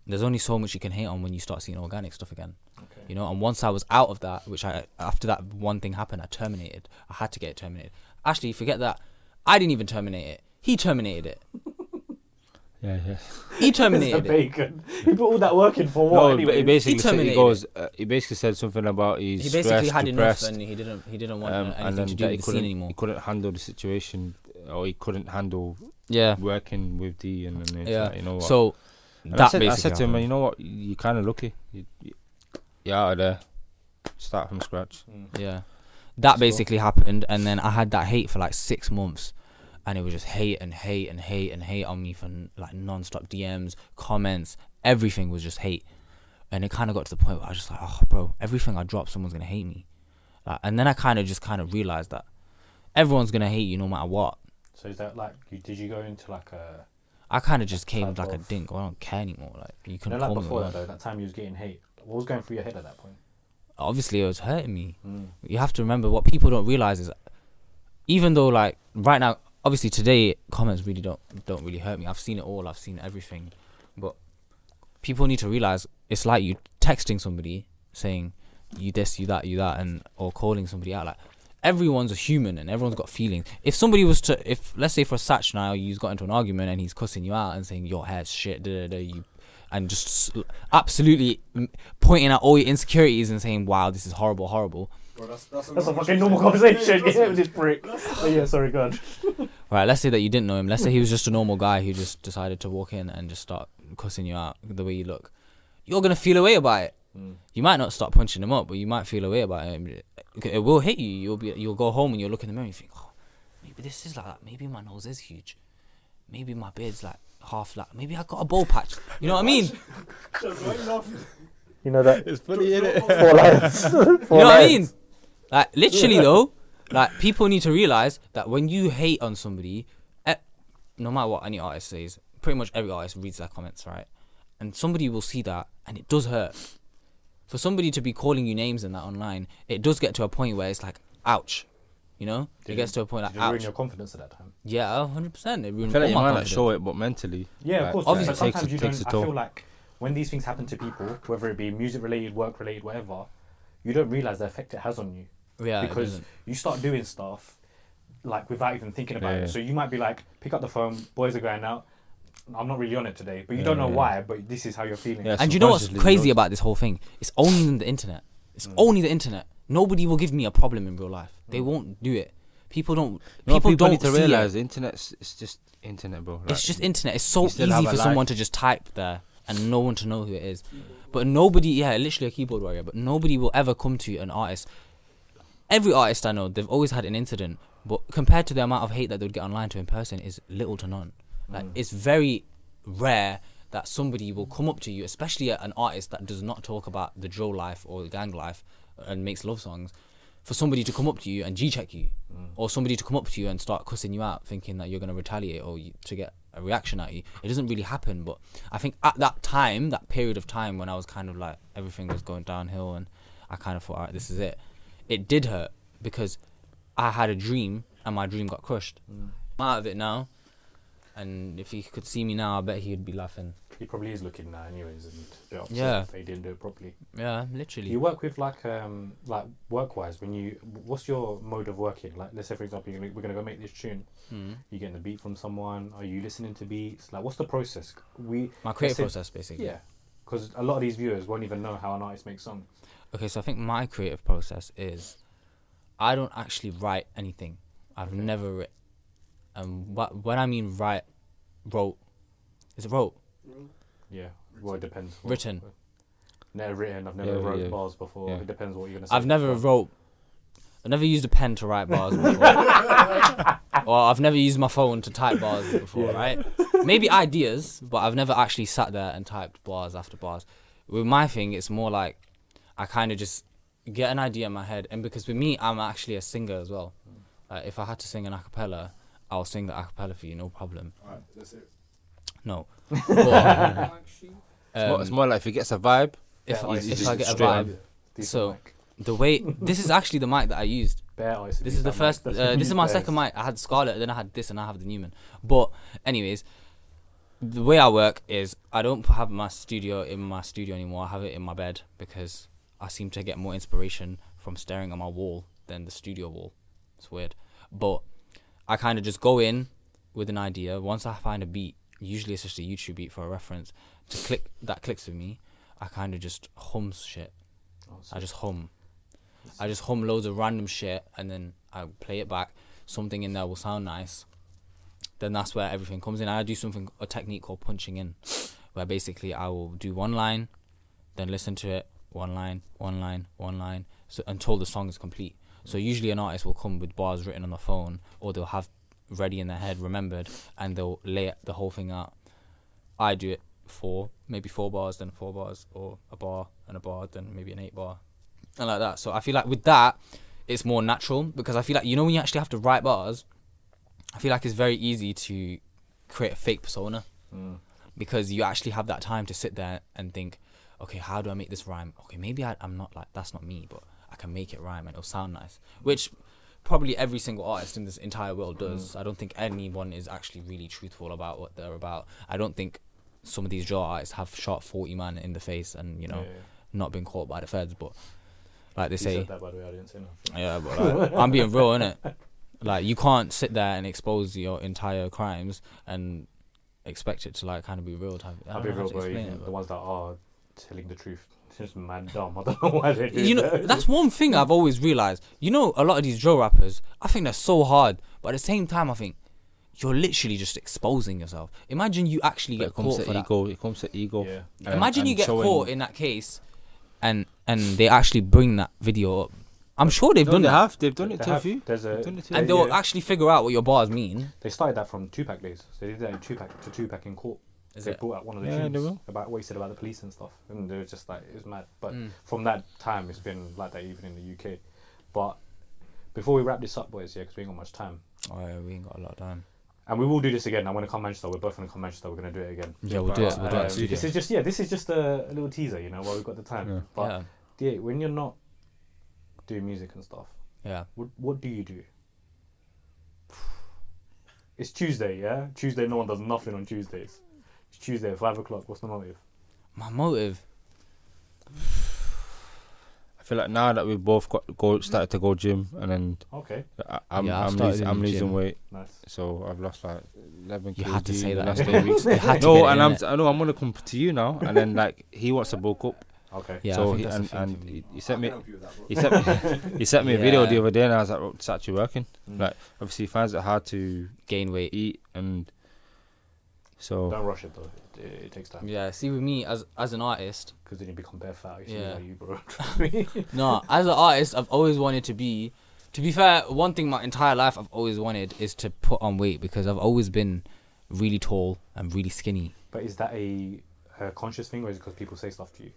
[SPEAKER 2] there's only so much you can hate on when you start seeing organic stuff again. You know, and once I was out of that, which I after that one thing happened, I terminated. I had to get it terminated. Actually, forget that. I didn't even terminate it. He terminated it.
[SPEAKER 3] Yeah, yeah.
[SPEAKER 2] He
[SPEAKER 1] It's a
[SPEAKER 2] terminated it.
[SPEAKER 1] bacon. He put all that work in for what?
[SPEAKER 3] No,
[SPEAKER 1] anyway?
[SPEAKER 3] but he basically said, he
[SPEAKER 2] terminated
[SPEAKER 3] goes. Uh, he basically said something about he's
[SPEAKER 2] He basically
[SPEAKER 3] stressed,
[SPEAKER 2] had
[SPEAKER 3] depressed,
[SPEAKER 2] enough, and he didn't. He didn't want
[SPEAKER 3] um,
[SPEAKER 2] uh,
[SPEAKER 3] and
[SPEAKER 2] anything
[SPEAKER 3] then
[SPEAKER 2] to do
[SPEAKER 3] that he
[SPEAKER 2] with the
[SPEAKER 3] couldn't,
[SPEAKER 2] scene anymore.
[SPEAKER 3] he couldn't handle the situation, or he couldn't handle
[SPEAKER 2] Yeah,
[SPEAKER 3] working with D, and then it's
[SPEAKER 2] yeah.
[SPEAKER 3] like, you know what?
[SPEAKER 2] So
[SPEAKER 3] And
[SPEAKER 2] that
[SPEAKER 3] I said, I
[SPEAKER 2] basically.
[SPEAKER 3] said to him,
[SPEAKER 2] happened.
[SPEAKER 3] you know what? You're kind of lucky. You, you, you're out of there. Start from scratch.
[SPEAKER 2] Yeah. That basically happened and then I had that hate for like six months and it was just hate and hate and hate and hate on me for like non stop DMs, comments, everything was just hate. And it kinda got to the point where I was just like, Oh bro, everything I drop someone's gonna hate me. Like, and then I kinda just kinda realised that everyone's gonna hate you no matter what.
[SPEAKER 1] So is that like, you, did you go into like a,
[SPEAKER 2] I kinda just came
[SPEAKER 1] Type
[SPEAKER 2] like a
[SPEAKER 1] of-
[SPEAKER 2] dink, "Oh, I don't care anymore. Like
[SPEAKER 1] you
[SPEAKER 2] you
[SPEAKER 1] know,
[SPEAKER 2] couldn't
[SPEAKER 1] like
[SPEAKER 2] call me
[SPEAKER 1] before
[SPEAKER 2] a
[SPEAKER 1] that
[SPEAKER 2] word.
[SPEAKER 1] though, that time you was getting hate, what was going through your head at that point?
[SPEAKER 2] obviously it was hurting me. You have to remember what people don't realize is, even though like right now, obviously today comments really don't don't really hurt me. I've seen it all. I've seen everything, but people need to realize it's like you texting somebody saying you this, you that, you that, and or calling somebody out like. Everyone's a human and everyone's got feelings. If somebody was to, if let's say for a Satch now, you got into an argument and he's cussing you out and saying your hair's shit, da, da, da, you and just s- absolutely mm, pointing out all your insecurities and saying, "Wow, this is horrible, horrible."
[SPEAKER 4] Bro, that's, that's,
[SPEAKER 1] That's a fucking normal conversation yeah, with this prick. But yeah, sorry, God.
[SPEAKER 2] Right? Let's say that you didn't know him. Let's say he was just a normal guy who just decided to walk in and just start cussing you out the way you look. You're gonna feel away about it. You might not start punching him up, but you might feel away about it. It will hit you. You'll be. You'll go home and you'll look in the mirror and you think, "Oh, maybe this is like that. Maybe my nose is huge. Maybe my beard's like half like. Maybe I got a bowl patch. You know what I mean?
[SPEAKER 1] You know that
[SPEAKER 3] It's funny, isn't it?
[SPEAKER 1] four lines. Four
[SPEAKER 2] you know what I
[SPEAKER 1] lines.
[SPEAKER 2] mean? Like literally though, like people need to realize that when you hate on somebody, eh, no matter what any artist says, pretty much every artist reads their comments, right? And somebody will see that, and it does hurt. For somebody to be calling you names and that online, it does get to a point where it's like, ouch, you know. it gets to a point like,
[SPEAKER 1] Did you ruin
[SPEAKER 2] ouch.
[SPEAKER 1] your confidence at that time?
[SPEAKER 2] Yeah, hundred percent. It
[SPEAKER 3] I
[SPEAKER 2] ruined
[SPEAKER 3] feel
[SPEAKER 2] all
[SPEAKER 3] like you
[SPEAKER 2] my
[SPEAKER 3] might not
[SPEAKER 2] confidence.
[SPEAKER 3] show it, but mentally.
[SPEAKER 1] Yeah,
[SPEAKER 3] like,
[SPEAKER 1] of course.
[SPEAKER 2] obviously
[SPEAKER 1] but
[SPEAKER 3] it takes,
[SPEAKER 1] sometimes
[SPEAKER 3] it
[SPEAKER 1] you
[SPEAKER 3] takes a
[SPEAKER 1] don't. I feel
[SPEAKER 3] toll.
[SPEAKER 1] like when these things happen to people, whether it be music related, work related, whatever, you don't realize the effect it has on you.
[SPEAKER 2] Yeah, it
[SPEAKER 1] because
[SPEAKER 2] doesn't.
[SPEAKER 1] you start doing stuff like without even thinking about
[SPEAKER 3] Yeah.
[SPEAKER 1] it. So you might be like, pick up the phone, boys are going out. I'm not really on it today, but you don't know why. But this is how you're feeling.
[SPEAKER 3] Yeah,
[SPEAKER 2] And you know what's
[SPEAKER 3] subconsciously,
[SPEAKER 2] crazy
[SPEAKER 3] you know-
[SPEAKER 2] about this whole thing? It's only in the internet. It's
[SPEAKER 3] Hmm.
[SPEAKER 2] only the internet. Nobody will give me a problem in real life. They won't do it. People don't.
[SPEAKER 3] you know what
[SPEAKER 2] people, don't
[SPEAKER 3] Hmm. need to
[SPEAKER 2] see it.
[SPEAKER 3] realize the internet's it's just internet, bro. Like,
[SPEAKER 2] It's just internet. It's so
[SPEAKER 3] You still
[SPEAKER 2] easy
[SPEAKER 3] have
[SPEAKER 2] for
[SPEAKER 3] a life.
[SPEAKER 2] someone to just type there and no one to know who it is. But nobody, yeah, literally a keyboard warrior. But nobody will ever come to an artist. Every artist I know, they've always had an incident. But compared to the amount of hate that they would get online to in person, is little to none. Like it's very rare that somebody will come up to you, especially an artist that does not talk about the drill life or the gang life and makes love songs, for somebody to come up to you and G check you, or somebody to come up to you and start cussing you out, thinking that you're going to retaliate or you, to get a reaction at you. It doesn't really happen, but I think at that time, that period of time when I was kind of like everything was going downhill and I kind of thought, all right, this is it. It did hurt because I had a dream and my dream got crushed.
[SPEAKER 1] Mm.
[SPEAKER 2] I'm out of it now, and if he could see me now, I bet he'd be laughing.
[SPEAKER 1] He probably is looking now, anyways, and a bit upset
[SPEAKER 2] Yeah.
[SPEAKER 1] that they didn't do it properly.
[SPEAKER 2] Yeah, literally.
[SPEAKER 1] You work with like um like work wise when you what's your mode of working? Like let's say for example you're gonna, we're gonna go make this tune.
[SPEAKER 2] Mm.
[SPEAKER 1] You getting the beat from someone? Are you listening to beats? Like what's the process? We
[SPEAKER 2] My creative
[SPEAKER 1] let's say-
[SPEAKER 2] process, basically.
[SPEAKER 1] Yeah, because a lot of these viewers won't even know how an artist makes songs.
[SPEAKER 2] Okay, so I think my creative process is I don't actually write anything. I've never written. Um, what when I mean write, wrote, is it wrote?
[SPEAKER 1] Yeah, well it depends. what-
[SPEAKER 2] Written.
[SPEAKER 1] Never written. I've never
[SPEAKER 3] Yeah,
[SPEAKER 1] wrote
[SPEAKER 3] yeah.
[SPEAKER 1] bars before.
[SPEAKER 3] Yeah.
[SPEAKER 1] It depends what you're gonna say.
[SPEAKER 2] I've never wrote. I've never used a pen to write bars before. or I've never used my phone to type bars before, right? Maybe ideas, but I've never actually sat there and typed bars after bars. With my thing, it's more like I kind of just get an idea in my head. And because with me, I'm actually a singer as well. Like if I had to sing an a cappella, I'll sing the a cappella for you, no problem.
[SPEAKER 4] Alright, that's it.
[SPEAKER 2] No. But,
[SPEAKER 5] Actually,
[SPEAKER 3] It's, more,
[SPEAKER 2] um,
[SPEAKER 3] it's more like if he gets a vibe,
[SPEAKER 2] if, I,
[SPEAKER 1] like,
[SPEAKER 3] you
[SPEAKER 2] if
[SPEAKER 3] just
[SPEAKER 2] I get a
[SPEAKER 3] straight up.
[SPEAKER 2] vibe,
[SPEAKER 1] Decent
[SPEAKER 2] so-
[SPEAKER 1] mic.
[SPEAKER 2] the way this is actually the mic that I used.
[SPEAKER 1] Bare artists
[SPEAKER 2] This
[SPEAKER 1] use
[SPEAKER 2] is the
[SPEAKER 1] that mic.
[SPEAKER 2] first.
[SPEAKER 1] That's
[SPEAKER 2] Uh,
[SPEAKER 1] what
[SPEAKER 2] this is
[SPEAKER 1] you
[SPEAKER 2] my
[SPEAKER 1] use
[SPEAKER 2] second
[SPEAKER 1] theirs.
[SPEAKER 2] mic. I had Scarlet, then I had this, and I have the Newman. But, anyways, the way I work is I don't have my studio in my studio anymore. I have it in my bed because I seem to get more inspiration from staring at my wall than the studio wall. It's weird, but I kind of just go in with an idea. Once I find a beat, usually it's just a YouTube beat for a reference to click that clicks with me. I kind of just hum shit.
[SPEAKER 1] Oh,
[SPEAKER 2] I just hum. I just hum loads of random shit and then I play it back. Something in there will sound nice. Then that's where everything comes in. I do something, a technique called punching in, where basically I will do one line, then listen to it, one line, one line, one line, so, until the song is complete. So usually an artist will come with bars written on the phone, or they'll have ready in their head, remembered, and they'll lay it- the whole thing out. I do it four, maybe four bars, then four bars, or a bar and a bar, then maybe an eight bar, and like that. So I feel like with that, it's more natural because I feel like you know when you actually have to write bars, I feel like it's very easy to create a fake persona because you actually have that time to sit there and think, okay, how do I make this rhyme? Okay, maybe I, I'm not like that's not me, but I can make it rhyme and it'll sound nice, which probably every single artist in this entire world does. I don't think anyone is actually really truthful about what they're about. I don't think some of these draw artists have shot 40 man in the face and you know
[SPEAKER 1] Yeah, yeah.
[SPEAKER 2] not been caught by the feds, but like they
[SPEAKER 1] You
[SPEAKER 2] say,
[SPEAKER 1] said that by the way. I didn't say nothing.
[SPEAKER 2] yeah, but like, I'm being real, innit? Like you can't sit there and expose your entire crimes and expect it to like kind of be real type. I
[SPEAKER 1] I'll
[SPEAKER 2] don't
[SPEAKER 1] be
[SPEAKER 2] know how
[SPEAKER 1] real,
[SPEAKER 2] to
[SPEAKER 1] bro.
[SPEAKER 2] explain
[SPEAKER 1] even
[SPEAKER 2] it,
[SPEAKER 1] The
[SPEAKER 2] but-
[SPEAKER 1] ones that are telling the truth, it's just mad dumb. I don't know why they do
[SPEAKER 2] You know,
[SPEAKER 1] that.
[SPEAKER 2] that's one thing I've always realized. You know, a lot of these drill rappers, I think they're so hard, but at the same time, I think you're literally just exposing yourself. Imagine you actually
[SPEAKER 3] but
[SPEAKER 2] get
[SPEAKER 3] it comes
[SPEAKER 2] caught
[SPEAKER 3] to
[SPEAKER 2] for that.
[SPEAKER 3] ego. It comes to ego.
[SPEAKER 1] Yeah.
[SPEAKER 3] and-
[SPEAKER 2] Imagine you
[SPEAKER 3] and
[SPEAKER 2] get
[SPEAKER 3] showing-
[SPEAKER 2] caught in that case, and and they actually bring that video up. I'm sure they've
[SPEAKER 3] No,
[SPEAKER 2] done
[SPEAKER 3] they
[SPEAKER 2] that.
[SPEAKER 3] have. They've done
[SPEAKER 1] They
[SPEAKER 3] it to a
[SPEAKER 1] have.
[SPEAKER 3] few.
[SPEAKER 1] There's a-
[SPEAKER 3] They've done it to
[SPEAKER 2] and
[SPEAKER 3] a
[SPEAKER 2] they'll
[SPEAKER 3] few.
[SPEAKER 2] actually figure out what your bars mean.
[SPEAKER 1] They started that from Tupac days. They did that in Tupac to Tupac in court.
[SPEAKER 2] Is
[SPEAKER 1] they
[SPEAKER 2] it?
[SPEAKER 1] brought out one of the
[SPEAKER 3] Yeah, they
[SPEAKER 1] tunes
[SPEAKER 3] will.
[SPEAKER 1] about what he said about the police and stuff, and they were just like it was mad. But
[SPEAKER 2] Mm.
[SPEAKER 1] from that time, it's been like that even in the UK. But before we wrap this up, boys, yeah, because we ain't got much time,
[SPEAKER 2] Oh, yeah, we ain't got a lot of time.
[SPEAKER 1] and we will do this again. I'm gonna come Manchester. We're both gonna come Manchester. We're gonna do it again.
[SPEAKER 2] Yeah, we'll do it. We'll do it.
[SPEAKER 1] Um,
[SPEAKER 2] in studio.
[SPEAKER 1] this is just yeah. This is just a, a little teaser, you know, while we've got the time. But yeah, when you're not doing music and stuff,
[SPEAKER 2] Yeah.
[SPEAKER 1] What What do you do? It's Tuesday, yeah. Tuesday, no one does nothing on Tuesdays. It's Tuesday at five o'clock. What's the motive?
[SPEAKER 2] My motive.
[SPEAKER 3] I feel like now that we've both got go started to go gym, and then
[SPEAKER 1] Okay,
[SPEAKER 3] I, I'm
[SPEAKER 2] Yeah, I
[SPEAKER 3] I'm,
[SPEAKER 2] started
[SPEAKER 3] losing,
[SPEAKER 2] in
[SPEAKER 3] I'm
[SPEAKER 2] the
[SPEAKER 3] losing
[SPEAKER 2] gym.
[SPEAKER 3] weight,
[SPEAKER 1] nice.
[SPEAKER 3] so I've lost like eleven
[SPEAKER 2] You
[SPEAKER 3] kg
[SPEAKER 2] had to say
[SPEAKER 3] in the
[SPEAKER 2] that.
[SPEAKER 3] last eight weeks.
[SPEAKER 2] You had to
[SPEAKER 3] No,
[SPEAKER 2] get it
[SPEAKER 3] and
[SPEAKER 2] in,
[SPEAKER 3] I'm
[SPEAKER 2] innit?
[SPEAKER 3] I know I'm gonna come to you now, and then like he wants to bulk up,
[SPEAKER 1] Okay.
[SPEAKER 2] Yeah, I
[SPEAKER 3] so
[SPEAKER 2] think
[SPEAKER 3] he,
[SPEAKER 2] that's the
[SPEAKER 3] and,
[SPEAKER 2] thing
[SPEAKER 3] and
[SPEAKER 2] for me.
[SPEAKER 3] he- he
[SPEAKER 4] I
[SPEAKER 3] sent
[SPEAKER 4] can
[SPEAKER 3] me
[SPEAKER 4] help you with that, bro.
[SPEAKER 3] he sent me he sent me a video the
[SPEAKER 2] Yeah.
[SPEAKER 3] other day, and I was like, "Oh, it's actually working.
[SPEAKER 1] Mm.
[SPEAKER 3] Like obviously he finds it hard to
[SPEAKER 2] Gain weight.
[SPEAKER 3] eat, and so
[SPEAKER 1] Don't rush it though. It, it takes time
[SPEAKER 2] Yeah. See, with me as as an artist,
[SPEAKER 1] because then you become bare fat. You
[SPEAKER 2] Yeah.
[SPEAKER 1] yeah. you, bro. Trust me.
[SPEAKER 2] no, as an artist, I've always wanted to be. To be fair, one thing my entire life I've always wanted is to put on weight because I've always been really tall and really skinny.
[SPEAKER 1] but is that a a conscious thing, or is it because people say stuff to you?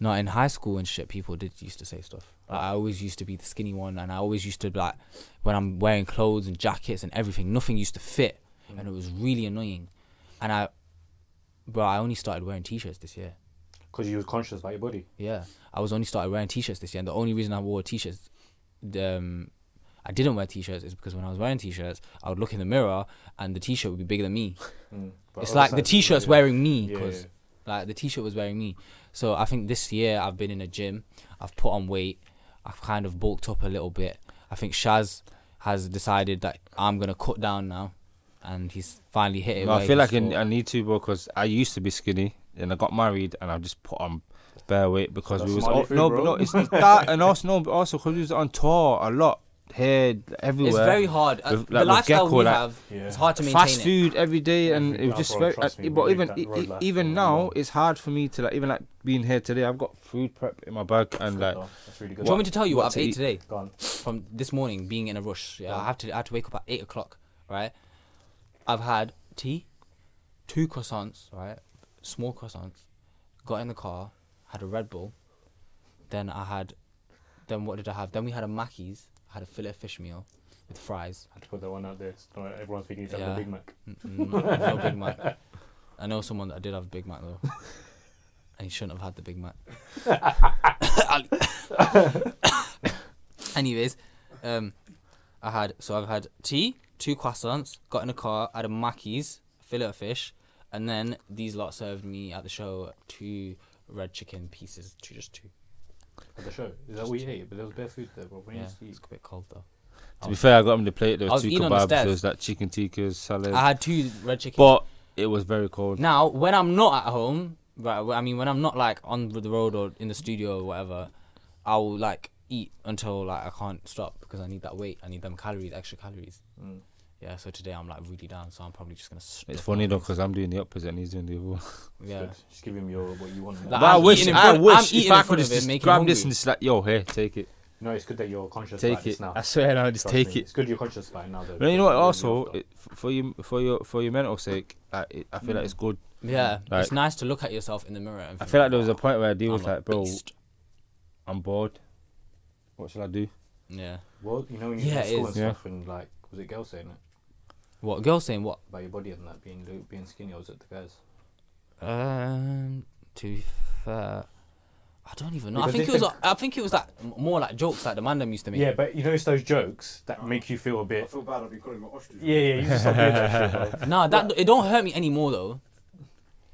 [SPEAKER 2] No, in high school and shit, people did used to say stuff. Like, I always used to be the skinny one, and I always used to like when I'm wearing clothes and jackets and everything, nothing used to fit, and it was really annoying. And I, bro, I only started wearing t-shirts this year.
[SPEAKER 1] Because you was conscious about your body.
[SPEAKER 2] Yeah, I was only started wearing t-shirts this year, and the only reason I wore t-shirts, um, I didn't wear t-shirts is because when I was wearing t-shirts, I would look in the mirror and the t-shirt would be bigger than me.
[SPEAKER 3] Mm.
[SPEAKER 1] But
[SPEAKER 2] it's
[SPEAKER 1] other
[SPEAKER 2] like the
[SPEAKER 1] sides-
[SPEAKER 2] t-shirt's
[SPEAKER 1] yeah.
[SPEAKER 2] wearing me
[SPEAKER 1] Yeah,
[SPEAKER 2] because
[SPEAKER 1] yeah.
[SPEAKER 2] like the t-shirt was wearing me so i think this year i've been in a gym i've put on weight i've kind of bulked up a little bit i think shaz has decided that i'm gonna cut down now and he's finally hit it
[SPEAKER 3] No,
[SPEAKER 2] where
[SPEAKER 3] I
[SPEAKER 2] he
[SPEAKER 3] feel like I,
[SPEAKER 2] thought-
[SPEAKER 3] I need to, bro, because I used to be skinny, and I got married, and I just put on bare weight because
[SPEAKER 1] That's
[SPEAKER 3] we was
[SPEAKER 1] Somali
[SPEAKER 3] all,
[SPEAKER 1] food,
[SPEAKER 3] no,
[SPEAKER 1] bro.
[SPEAKER 3] but no, it's, it's that, and also no, but also because we was on tour a lot, here, everywhere.
[SPEAKER 2] it's very hard Uh,
[SPEAKER 3] With- like
[SPEAKER 2] the
[SPEAKER 3] with
[SPEAKER 2] lifestyle
[SPEAKER 3] Gecko,
[SPEAKER 2] we
[SPEAKER 3] like,
[SPEAKER 2] have
[SPEAKER 1] Yeah.
[SPEAKER 2] it's hard to maintain
[SPEAKER 3] fast
[SPEAKER 2] it.
[SPEAKER 3] food every day, and
[SPEAKER 1] Everything
[SPEAKER 3] it was
[SPEAKER 1] else
[SPEAKER 3] just
[SPEAKER 1] wrong,
[SPEAKER 3] very.
[SPEAKER 1] trust me,
[SPEAKER 3] uh, but
[SPEAKER 1] we
[SPEAKER 3] even
[SPEAKER 1] lived that
[SPEAKER 3] e-
[SPEAKER 1] road
[SPEAKER 3] e-
[SPEAKER 1] life for
[SPEAKER 3] even
[SPEAKER 1] a
[SPEAKER 3] now,
[SPEAKER 1] while.
[SPEAKER 3] it's hard for me to like even like being here today. I've got food prep in my bag, and like
[SPEAKER 1] That's really
[SPEAKER 2] do
[SPEAKER 1] good.
[SPEAKER 2] you want me to tell you what,
[SPEAKER 3] what
[SPEAKER 2] i've
[SPEAKER 3] to
[SPEAKER 2] ate
[SPEAKER 3] eat?
[SPEAKER 2] today
[SPEAKER 1] Go on.
[SPEAKER 2] from this morning being in a rush. Yeah, I have to I have to wake up at eight o'clock, right? I've had tea, two croissants, right? Small croissants. Got in the car, had a Red Bull. Then I had, then what did I have? Then we had a Mackey's. I had a fillet fish meal with fries.
[SPEAKER 1] I had to put that one out there. So everyone's picking each other
[SPEAKER 2] Yeah.
[SPEAKER 1] Big Mac.
[SPEAKER 2] Mm, no Big Mac. I know someone that did have a Big Mac though, and he shouldn't have had the Big Mac. Anyways, um, I had so I've had tea, two croissants, got in a car, had a Mackey's, fillet of fish, and then these lot served me at the show two red chicken pieces, two just two.
[SPEAKER 1] At the show. Is that what you ate? But there was bare food there, bro. When
[SPEAKER 2] Yeah,
[SPEAKER 1] you used to
[SPEAKER 2] it's
[SPEAKER 1] eat.
[SPEAKER 2] a bit cold though.
[SPEAKER 3] to be fair, I got him the plate. There
[SPEAKER 2] I was
[SPEAKER 3] was two
[SPEAKER 2] eating on the
[SPEAKER 3] kebabs,
[SPEAKER 2] stairs.
[SPEAKER 3] there was like chicken tikkas, salad,
[SPEAKER 2] I had two red chicken.
[SPEAKER 3] but it was very cold.
[SPEAKER 2] Now, when I'm not at home, right? wh- I mean, when I'm not like on the road or in the studio or whatever, I'll like eat until like I can't stop because I need that weight. I need them calories, extra calories.
[SPEAKER 1] Mm.
[SPEAKER 2] Yeah. So today I'm like really down, so I'm probably just gonna.
[SPEAKER 3] It's
[SPEAKER 2] stuff
[SPEAKER 3] funny
[SPEAKER 2] all
[SPEAKER 3] though
[SPEAKER 2] these-
[SPEAKER 3] because I'm doing the opposite and he's doing the other. one.
[SPEAKER 2] Yeah.
[SPEAKER 1] Good. Just give him your what you want.
[SPEAKER 2] Like,
[SPEAKER 3] But I
[SPEAKER 2] I'm
[SPEAKER 3] wish,
[SPEAKER 2] eating in
[SPEAKER 3] I
[SPEAKER 2] front- I'm
[SPEAKER 3] wish
[SPEAKER 2] eating
[SPEAKER 3] if
[SPEAKER 2] in
[SPEAKER 3] I
[SPEAKER 2] front
[SPEAKER 3] could
[SPEAKER 2] of him,
[SPEAKER 3] just
[SPEAKER 2] make him
[SPEAKER 3] grab this
[SPEAKER 2] hungry.
[SPEAKER 3] and just like, yo, here, take it,
[SPEAKER 1] no, it's good that you're conscious about
[SPEAKER 3] take
[SPEAKER 1] this
[SPEAKER 3] it.
[SPEAKER 1] now.
[SPEAKER 3] I swear, now just
[SPEAKER 1] Trust
[SPEAKER 3] take
[SPEAKER 1] me,
[SPEAKER 3] it.
[SPEAKER 1] It's good you're conscious about it now, though.
[SPEAKER 3] But you know what?
[SPEAKER 1] because you're
[SPEAKER 3] Also,
[SPEAKER 1] after.
[SPEAKER 3] it, f- for you, for your, for your mental sake, I, it, I feel like
[SPEAKER 2] Mm.
[SPEAKER 3] it's good.
[SPEAKER 2] Yeah. it's
[SPEAKER 3] Like-
[SPEAKER 2] nice to look at yourself in the mirror. And
[SPEAKER 3] I
[SPEAKER 2] think,
[SPEAKER 3] feel like there was a
[SPEAKER 2] "Wow,
[SPEAKER 3] point where I deal
[SPEAKER 2] I'm
[SPEAKER 3] was
[SPEAKER 2] a
[SPEAKER 3] like, bro,
[SPEAKER 2] beast."
[SPEAKER 3] I'm bored. What should I do?
[SPEAKER 2] Yeah.
[SPEAKER 1] well, you know when you
[SPEAKER 2] Yeah,
[SPEAKER 1] yeah,
[SPEAKER 2] it
[SPEAKER 1] school and
[SPEAKER 2] is.
[SPEAKER 3] Yeah.
[SPEAKER 1] stuff, and like, was it girls saying it
[SPEAKER 2] What girl saying what?
[SPEAKER 1] about your body and that being lo- being skinny, or was it the guys?
[SPEAKER 2] Um. To be fair. I don't even know. I
[SPEAKER 1] Because
[SPEAKER 2] think
[SPEAKER 1] they
[SPEAKER 2] it was.
[SPEAKER 1] think-
[SPEAKER 2] like- I think it was like m- more like jokes, like the man them used to make.
[SPEAKER 1] Yeah, but you know it's those jokes
[SPEAKER 3] Oh.
[SPEAKER 1] that make you feel a
[SPEAKER 4] I
[SPEAKER 1] bit.
[SPEAKER 4] feel bad. I've been calling my ostrich.
[SPEAKER 1] Yeah, yeah, you just stop doing that shit. Bro.
[SPEAKER 2] Nah, that it don't hurt me anymore though.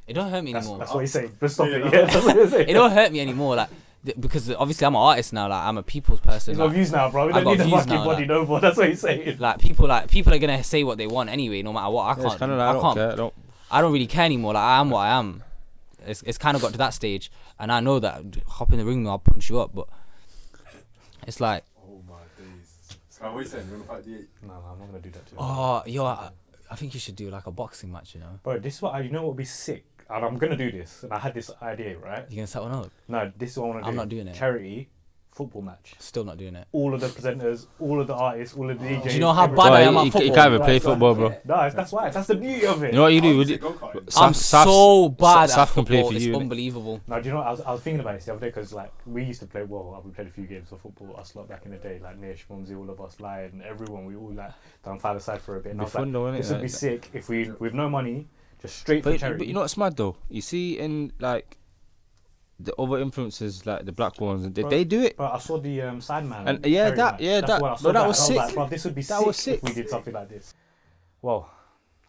[SPEAKER 2] It don't hurt me
[SPEAKER 1] That's,
[SPEAKER 2] anymore.
[SPEAKER 1] that's what he's saying. But stop
[SPEAKER 4] Yeah,
[SPEAKER 1] it.
[SPEAKER 4] no.
[SPEAKER 1] Yeah, that's what he's saying.
[SPEAKER 2] it don't hurt me anymore, like th- because obviously I'm an artist now. Like I'm a people's person.
[SPEAKER 1] He's got
[SPEAKER 2] Like,
[SPEAKER 1] views now, bro. We
[SPEAKER 2] I
[SPEAKER 1] don't
[SPEAKER 2] got
[SPEAKER 1] need a
[SPEAKER 2] views
[SPEAKER 1] fucking
[SPEAKER 2] now,
[SPEAKER 1] body
[SPEAKER 2] like-
[SPEAKER 1] no more. That's what he's saying.
[SPEAKER 2] like people, like people are gonna say what they want anyway, no matter what. I
[SPEAKER 3] Yeah, it's
[SPEAKER 2] can't.
[SPEAKER 3] kind of
[SPEAKER 2] I,
[SPEAKER 3] like I don't
[SPEAKER 2] can't.
[SPEAKER 3] care. I don't.
[SPEAKER 2] I don't really care anymore. Like I am what I am. It's it's kind of got to that stage, and I know that d- hop in the ring, I'll punch you up. But it's like,
[SPEAKER 4] Oh my days. So what are you saying? We're gonna fight the eight.
[SPEAKER 1] No, no, I'm not gonna do that to you.
[SPEAKER 2] oh, yo, I, I think you should do like a boxing match. You know,
[SPEAKER 1] Bro, this is what I, you know what would be sick, and I'm gonna do this. And I had this idea, right?
[SPEAKER 2] you gonna set one up?
[SPEAKER 1] No, this is what I want to do.
[SPEAKER 2] I'm not doing it.
[SPEAKER 1] Charity football match.
[SPEAKER 2] Still not doing it.
[SPEAKER 1] All of the presenters, all of the artists, all of the DJs.
[SPEAKER 2] Do you know how
[SPEAKER 1] everyone-
[SPEAKER 2] bad I
[SPEAKER 3] Bro,
[SPEAKER 2] am at
[SPEAKER 3] you, you
[SPEAKER 2] football?
[SPEAKER 3] can't even
[SPEAKER 1] Right,
[SPEAKER 3] play
[SPEAKER 1] so-
[SPEAKER 3] football, bro.
[SPEAKER 1] No, it's- that's why. That's the beauty of it.
[SPEAKER 3] You know what you do?
[SPEAKER 4] Oh,
[SPEAKER 3] You
[SPEAKER 4] is
[SPEAKER 3] do-
[SPEAKER 4] it go-karting?
[SPEAKER 3] Saf-
[SPEAKER 2] I'm
[SPEAKER 3] Saf's-
[SPEAKER 2] so bad
[SPEAKER 3] Saf
[SPEAKER 2] at
[SPEAKER 3] can play
[SPEAKER 2] football.
[SPEAKER 3] for
[SPEAKER 2] It's
[SPEAKER 3] you, innit?
[SPEAKER 2] unbelievable.
[SPEAKER 1] No, do you know what? I was, I was thinking about this the other day because like we used to play well. We played a few games of football us lot back in the day, like Nish, Mumsy, all of us, Lion, everyone. We all like done five aside for a bit. And I
[SPEAKER 3] Be
[SPEAKER 1] was
[SPEAKER 3] fun
[SPEAKER 1] like,
[SPEAKER 3] though, innit?
[SPEAKER 1] this would be
[SPEAKER 3] Like-
[SPEAKER 1] sick if we with no money, just straight for
[SPEAKER 3] But,
[SPEAKER 1] charity.
[SPEAKER 3] but you know what's mad though? You see in like the other influences, like the black ones, they,
[SPEAKER 1] Bro,
[SPEAKER 3] they do it.
[SPEAKER 1] Bro, I saw the um, Sideman.
[SPEAKER 3] And- yeah,
[SPEAKER 1] charity
[SPEAKER 3] that-
[SPEAKER 1] match.
[SPEAKER 3] yeah,
[SPEAKER 1] That's
[SPEAKER 3] that-
[SPEAKER 1] when I
[SPEAKER 3] bro,
[SPEAKER 1] saw
[SPEAKER 3] that was
[SPEAKER 1] and I
[SPEAKER 3] sick.
[SPEAKER 1] bro, this would be
[SPEAKER 3] That
[SPEAKER 1] sick
[SPEAKER 3] was
[SPEAKER 1] if
[SPEAKER 3] sick.
[SPEAKER 1] we did something like this. Well,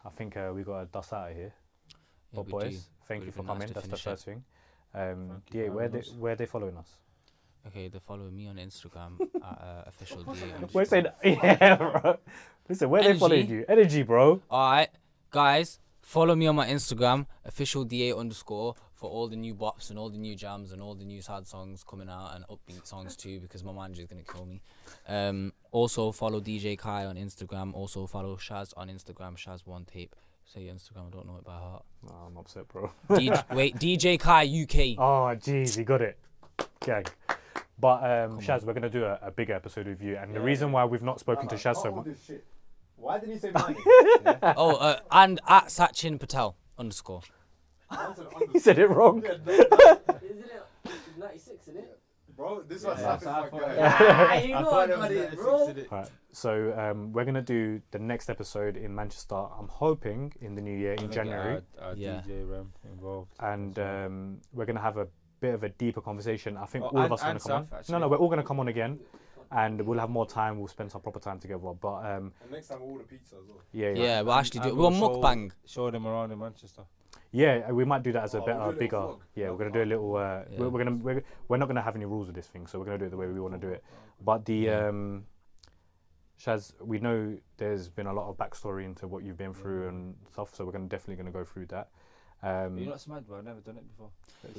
[SPEAKER 1] I think uh, we got to dust out of here.
[SPEAKER 2] Yeah,
[SPEAKER 1] But
[SPEAKER 2] we
[SPEAKER 1] boys,
[SPEAKER 2] do.
[SPEAKER 1] thank
[SPEAKER 2] Would've
[SPEAKER 1] you for
[SPEAKER 2] been nice
[SPEAKER 1] coming.
[SPEAKER 2] to
[SPEAKER 1] That's the
[SPEAKER 2] finish it.
[SPEAKER 1] first thing. Um,
[SPEAKER 3] Thank you
[SPEAKER 1] DA,
[SPEAKER 3] for
[SPEAKER 1] where they
[SPEAKER 3] having us.
[SPEAKER 1] where they following us?
[SPEAKER 2] Okay, they're following me on Instagram at uh, official DM.
[SPEAKER 1] We're saying yeah, bro. Listen, where they following
[SPEAKER 2] Energy.
[SPEAKER 1] you? Energy, bro.
[SPEAKER 2] All right, guys, follow me on my Instagram, official da underscore, for all the new bops and all the new jams and all the new sad songs coming out and upbeat songs too, because my manager's gonna kill me. Um, also follow DJ Kai on Instagram. Also follow Shaz on Instagram. Shaz one tape. Say your Instagram. I don't know it by heart.
[SPEAKER 1] No, I'm upset, bro.
[SPEAKER 2] DJ, wait, DJ Kai UK.
[SPEAKER 1] Oh, jeez, he got it. Gang. But um, Shaz, we're gonna do a, a bigger episode with you, and the reason why we've not spoken to Shaz so
[SPEAKER 4] All
[SPEAKER 1] much.
[SPEAKER 4] this shit. Why didn't you say my name?
[SPEAKER 2] Oh, uh, and at Sachin Patel underscore.
[SPEAKER 4] That's an
[SPEAKER 1] He said it wrong.
[SPEAKER 4] Yeah, that-
[SPEAKER 5] Isn't it 96, isn't it?
[SPEAKER 4] bro, this was
[SPEAKER 1] Yeah.
[SPEAKER 4] half my guy.
[SPEAKER 5] Ah, you
[SPEAKER 4] I
[SPEAKER 5] know I
[SPEAKER 4] thought it
[SPEAKER 5] got
[SPEAKER 4] was
[SPEAKER 5] it,
[SPEAKER 4] 96,
[SPEAKER 5] bro.
[SPEAKER 4] did it?
[SPEAKER 1] Right. So um, we're gonna do the next episode in Manchester. I'm hoping in the new year
[SPEAKER 3] Oh
[SPEAKER 1] in January,
[SPEAKER 3] Our, our
[SPEAKER 2] Yeah.
[SPEAKER 3] DJ Ram involved.
[SPEAKER 1] and um, we're gonna have a bit of a deeper conversation. I think
[SPEAKER 3] Oh,
[SPEAKER 1] all of
[SPEAKER 3] and-
[SPEAKER 1] us are gonna
[SPEAKER 3] and
[SPEAKER 1] come
[SPEAKER 3] Saf,
[SPEAKER 1] on.
[SPEAKER 3] actually.
[SPEAKER 1] No, no, we're all gonna come on again, and we'll have more time. We'll spend some proper time together. But um,
[SPEAKER 4] And next time we'll order pizza as well.
[SPEAKER 1] yeah, yeah,
[SPEAKER 2] Yeah, we'll actually do
[SPEAKER 3] And
[SPEAKER 2] it. We'll
[SPEAKER 3] show-
[SPEAKER 2] mukbang.
[SPEAKER 3] Show them around in Manchester.
[SPEAKER 1] Yeah, uh, we might do that as a
[SPEAKER 4] Oh,
[SPEAKER 1] better,
[SPEAKER 4] we'll do a little
[SPEAKER 1] bigger.
[SPEAKER 4] vlog.
[SPEAKER 1] Yeah, we're gonna do a little. Uh, we're, we're gonna we're, we're not gonna have any rules with this thing, so we're gonna do it the way we want to do it. But the um, Shaz, we know there's been a lot of backstory into what you've been through and stuff, so we're gonna definitely gonna go through that. Um,
[SPEAKER 3] You're not smart, bro. I've never done it before.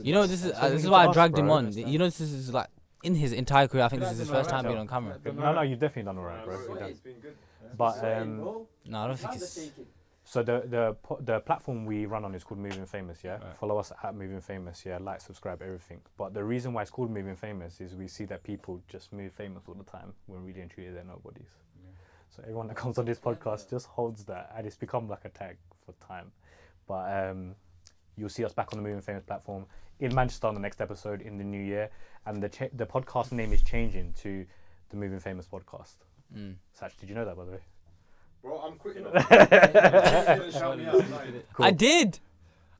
[SPEAKER 2] You know, this is
[SPEAKER 1] So
[SPEAKER 2] uh, this
[SPEAKER 1] we
[SPEAKER 2] is
[SPEAKER 1] need
[SPEAKER 2] why
[SPEAKER 1] to
[SPEAKER 2] I
[SPEAKER 1] ask,
[SPEAKER 2] dragged him
[SPEAKER 1] bro.
[SPEAKER 2] on. You know, this is like in his entire career. I think this is his first time being on camera.
[SPEAKER 1] no, no, you've definitely done alright, bro.
[SPEAKER 4] Bro,
[SPEAKER 1] You've done-
[SPEAKER 4] It's been good.
[SPEAKER 1] But
[SPEAKER 5] Sweating,
[SPEAKER 1] um,
[SPEAKER 5] bro.
[SPEAKER 2] No, I don't think
[SPEAKER 5] Hands are
[SPEAKER 2] it's.
[SPEAKER 5] shaking.
[SPEAKER 1] so the the po- the platform we run on is called Moving Famous. Yeah,
[SPEAKER 3] Right.
[SPEAKER 1] follow us at Moving Famous. Yeah, like, subscribe, everything. But the reason why it's called Moving Famous is we see that people just move famous all the time when really and truly they're nobodies. So everyone that comes on this podcast just holds that, and it's become like a tag for time. But um, you'll see us back on the Moving Famous platform in Manchester on the next episode in the new year, and the cha- the podcast name is changing to the Moving Famous podcast.
[SPEAKER 2] Mm.
[SPEAKER 1] Sach, did you know that by the way?
[SPEAKER 4] Bro, I'm quitting. bro. You're gonna shout me out, like,
[SPEAKER 2] I did.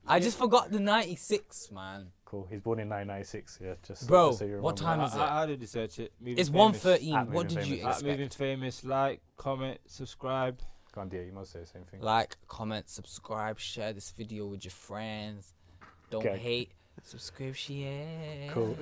[SPEAKER 2] I just forgot the '96 man.
[SPEAKER 1] Cool. He's born in 996. Yeah, just
[SPEAKER 2] Bro,
[SPEAKER 1] just so you
[SPEAKER 2] what
[SPEAKER 1] remember.
[SPEAKER 2] time
[SPEAKER 3] I,
[SPEAKER 2] is it?
[SPEAKER 3] I, I did research it. Moving
[SPEAKER 2] It's
[SPEAKER 3] Famous.
[SPEAKER 2] 1:13.
[SPEAKER 1] At
[SPEAKER 2] What
[SPEAKER 1] Moving
[SPEAKER 2] did you
[SPEAKER 3] At Moving
[SPEAKER 2] expect?
[SPEAKER 3] Famous, like, comment, subscribe.
[SPEAKER 1] Go on, dear. You must say the same thing.
[SPEAKER 2] Like, comment, subscribe, share this video with your friends. Don't
[SPEAKER 1] Okay.
[SPEAKER 2] hate. Subscribe, share.
[SPEAKER 1] Cool.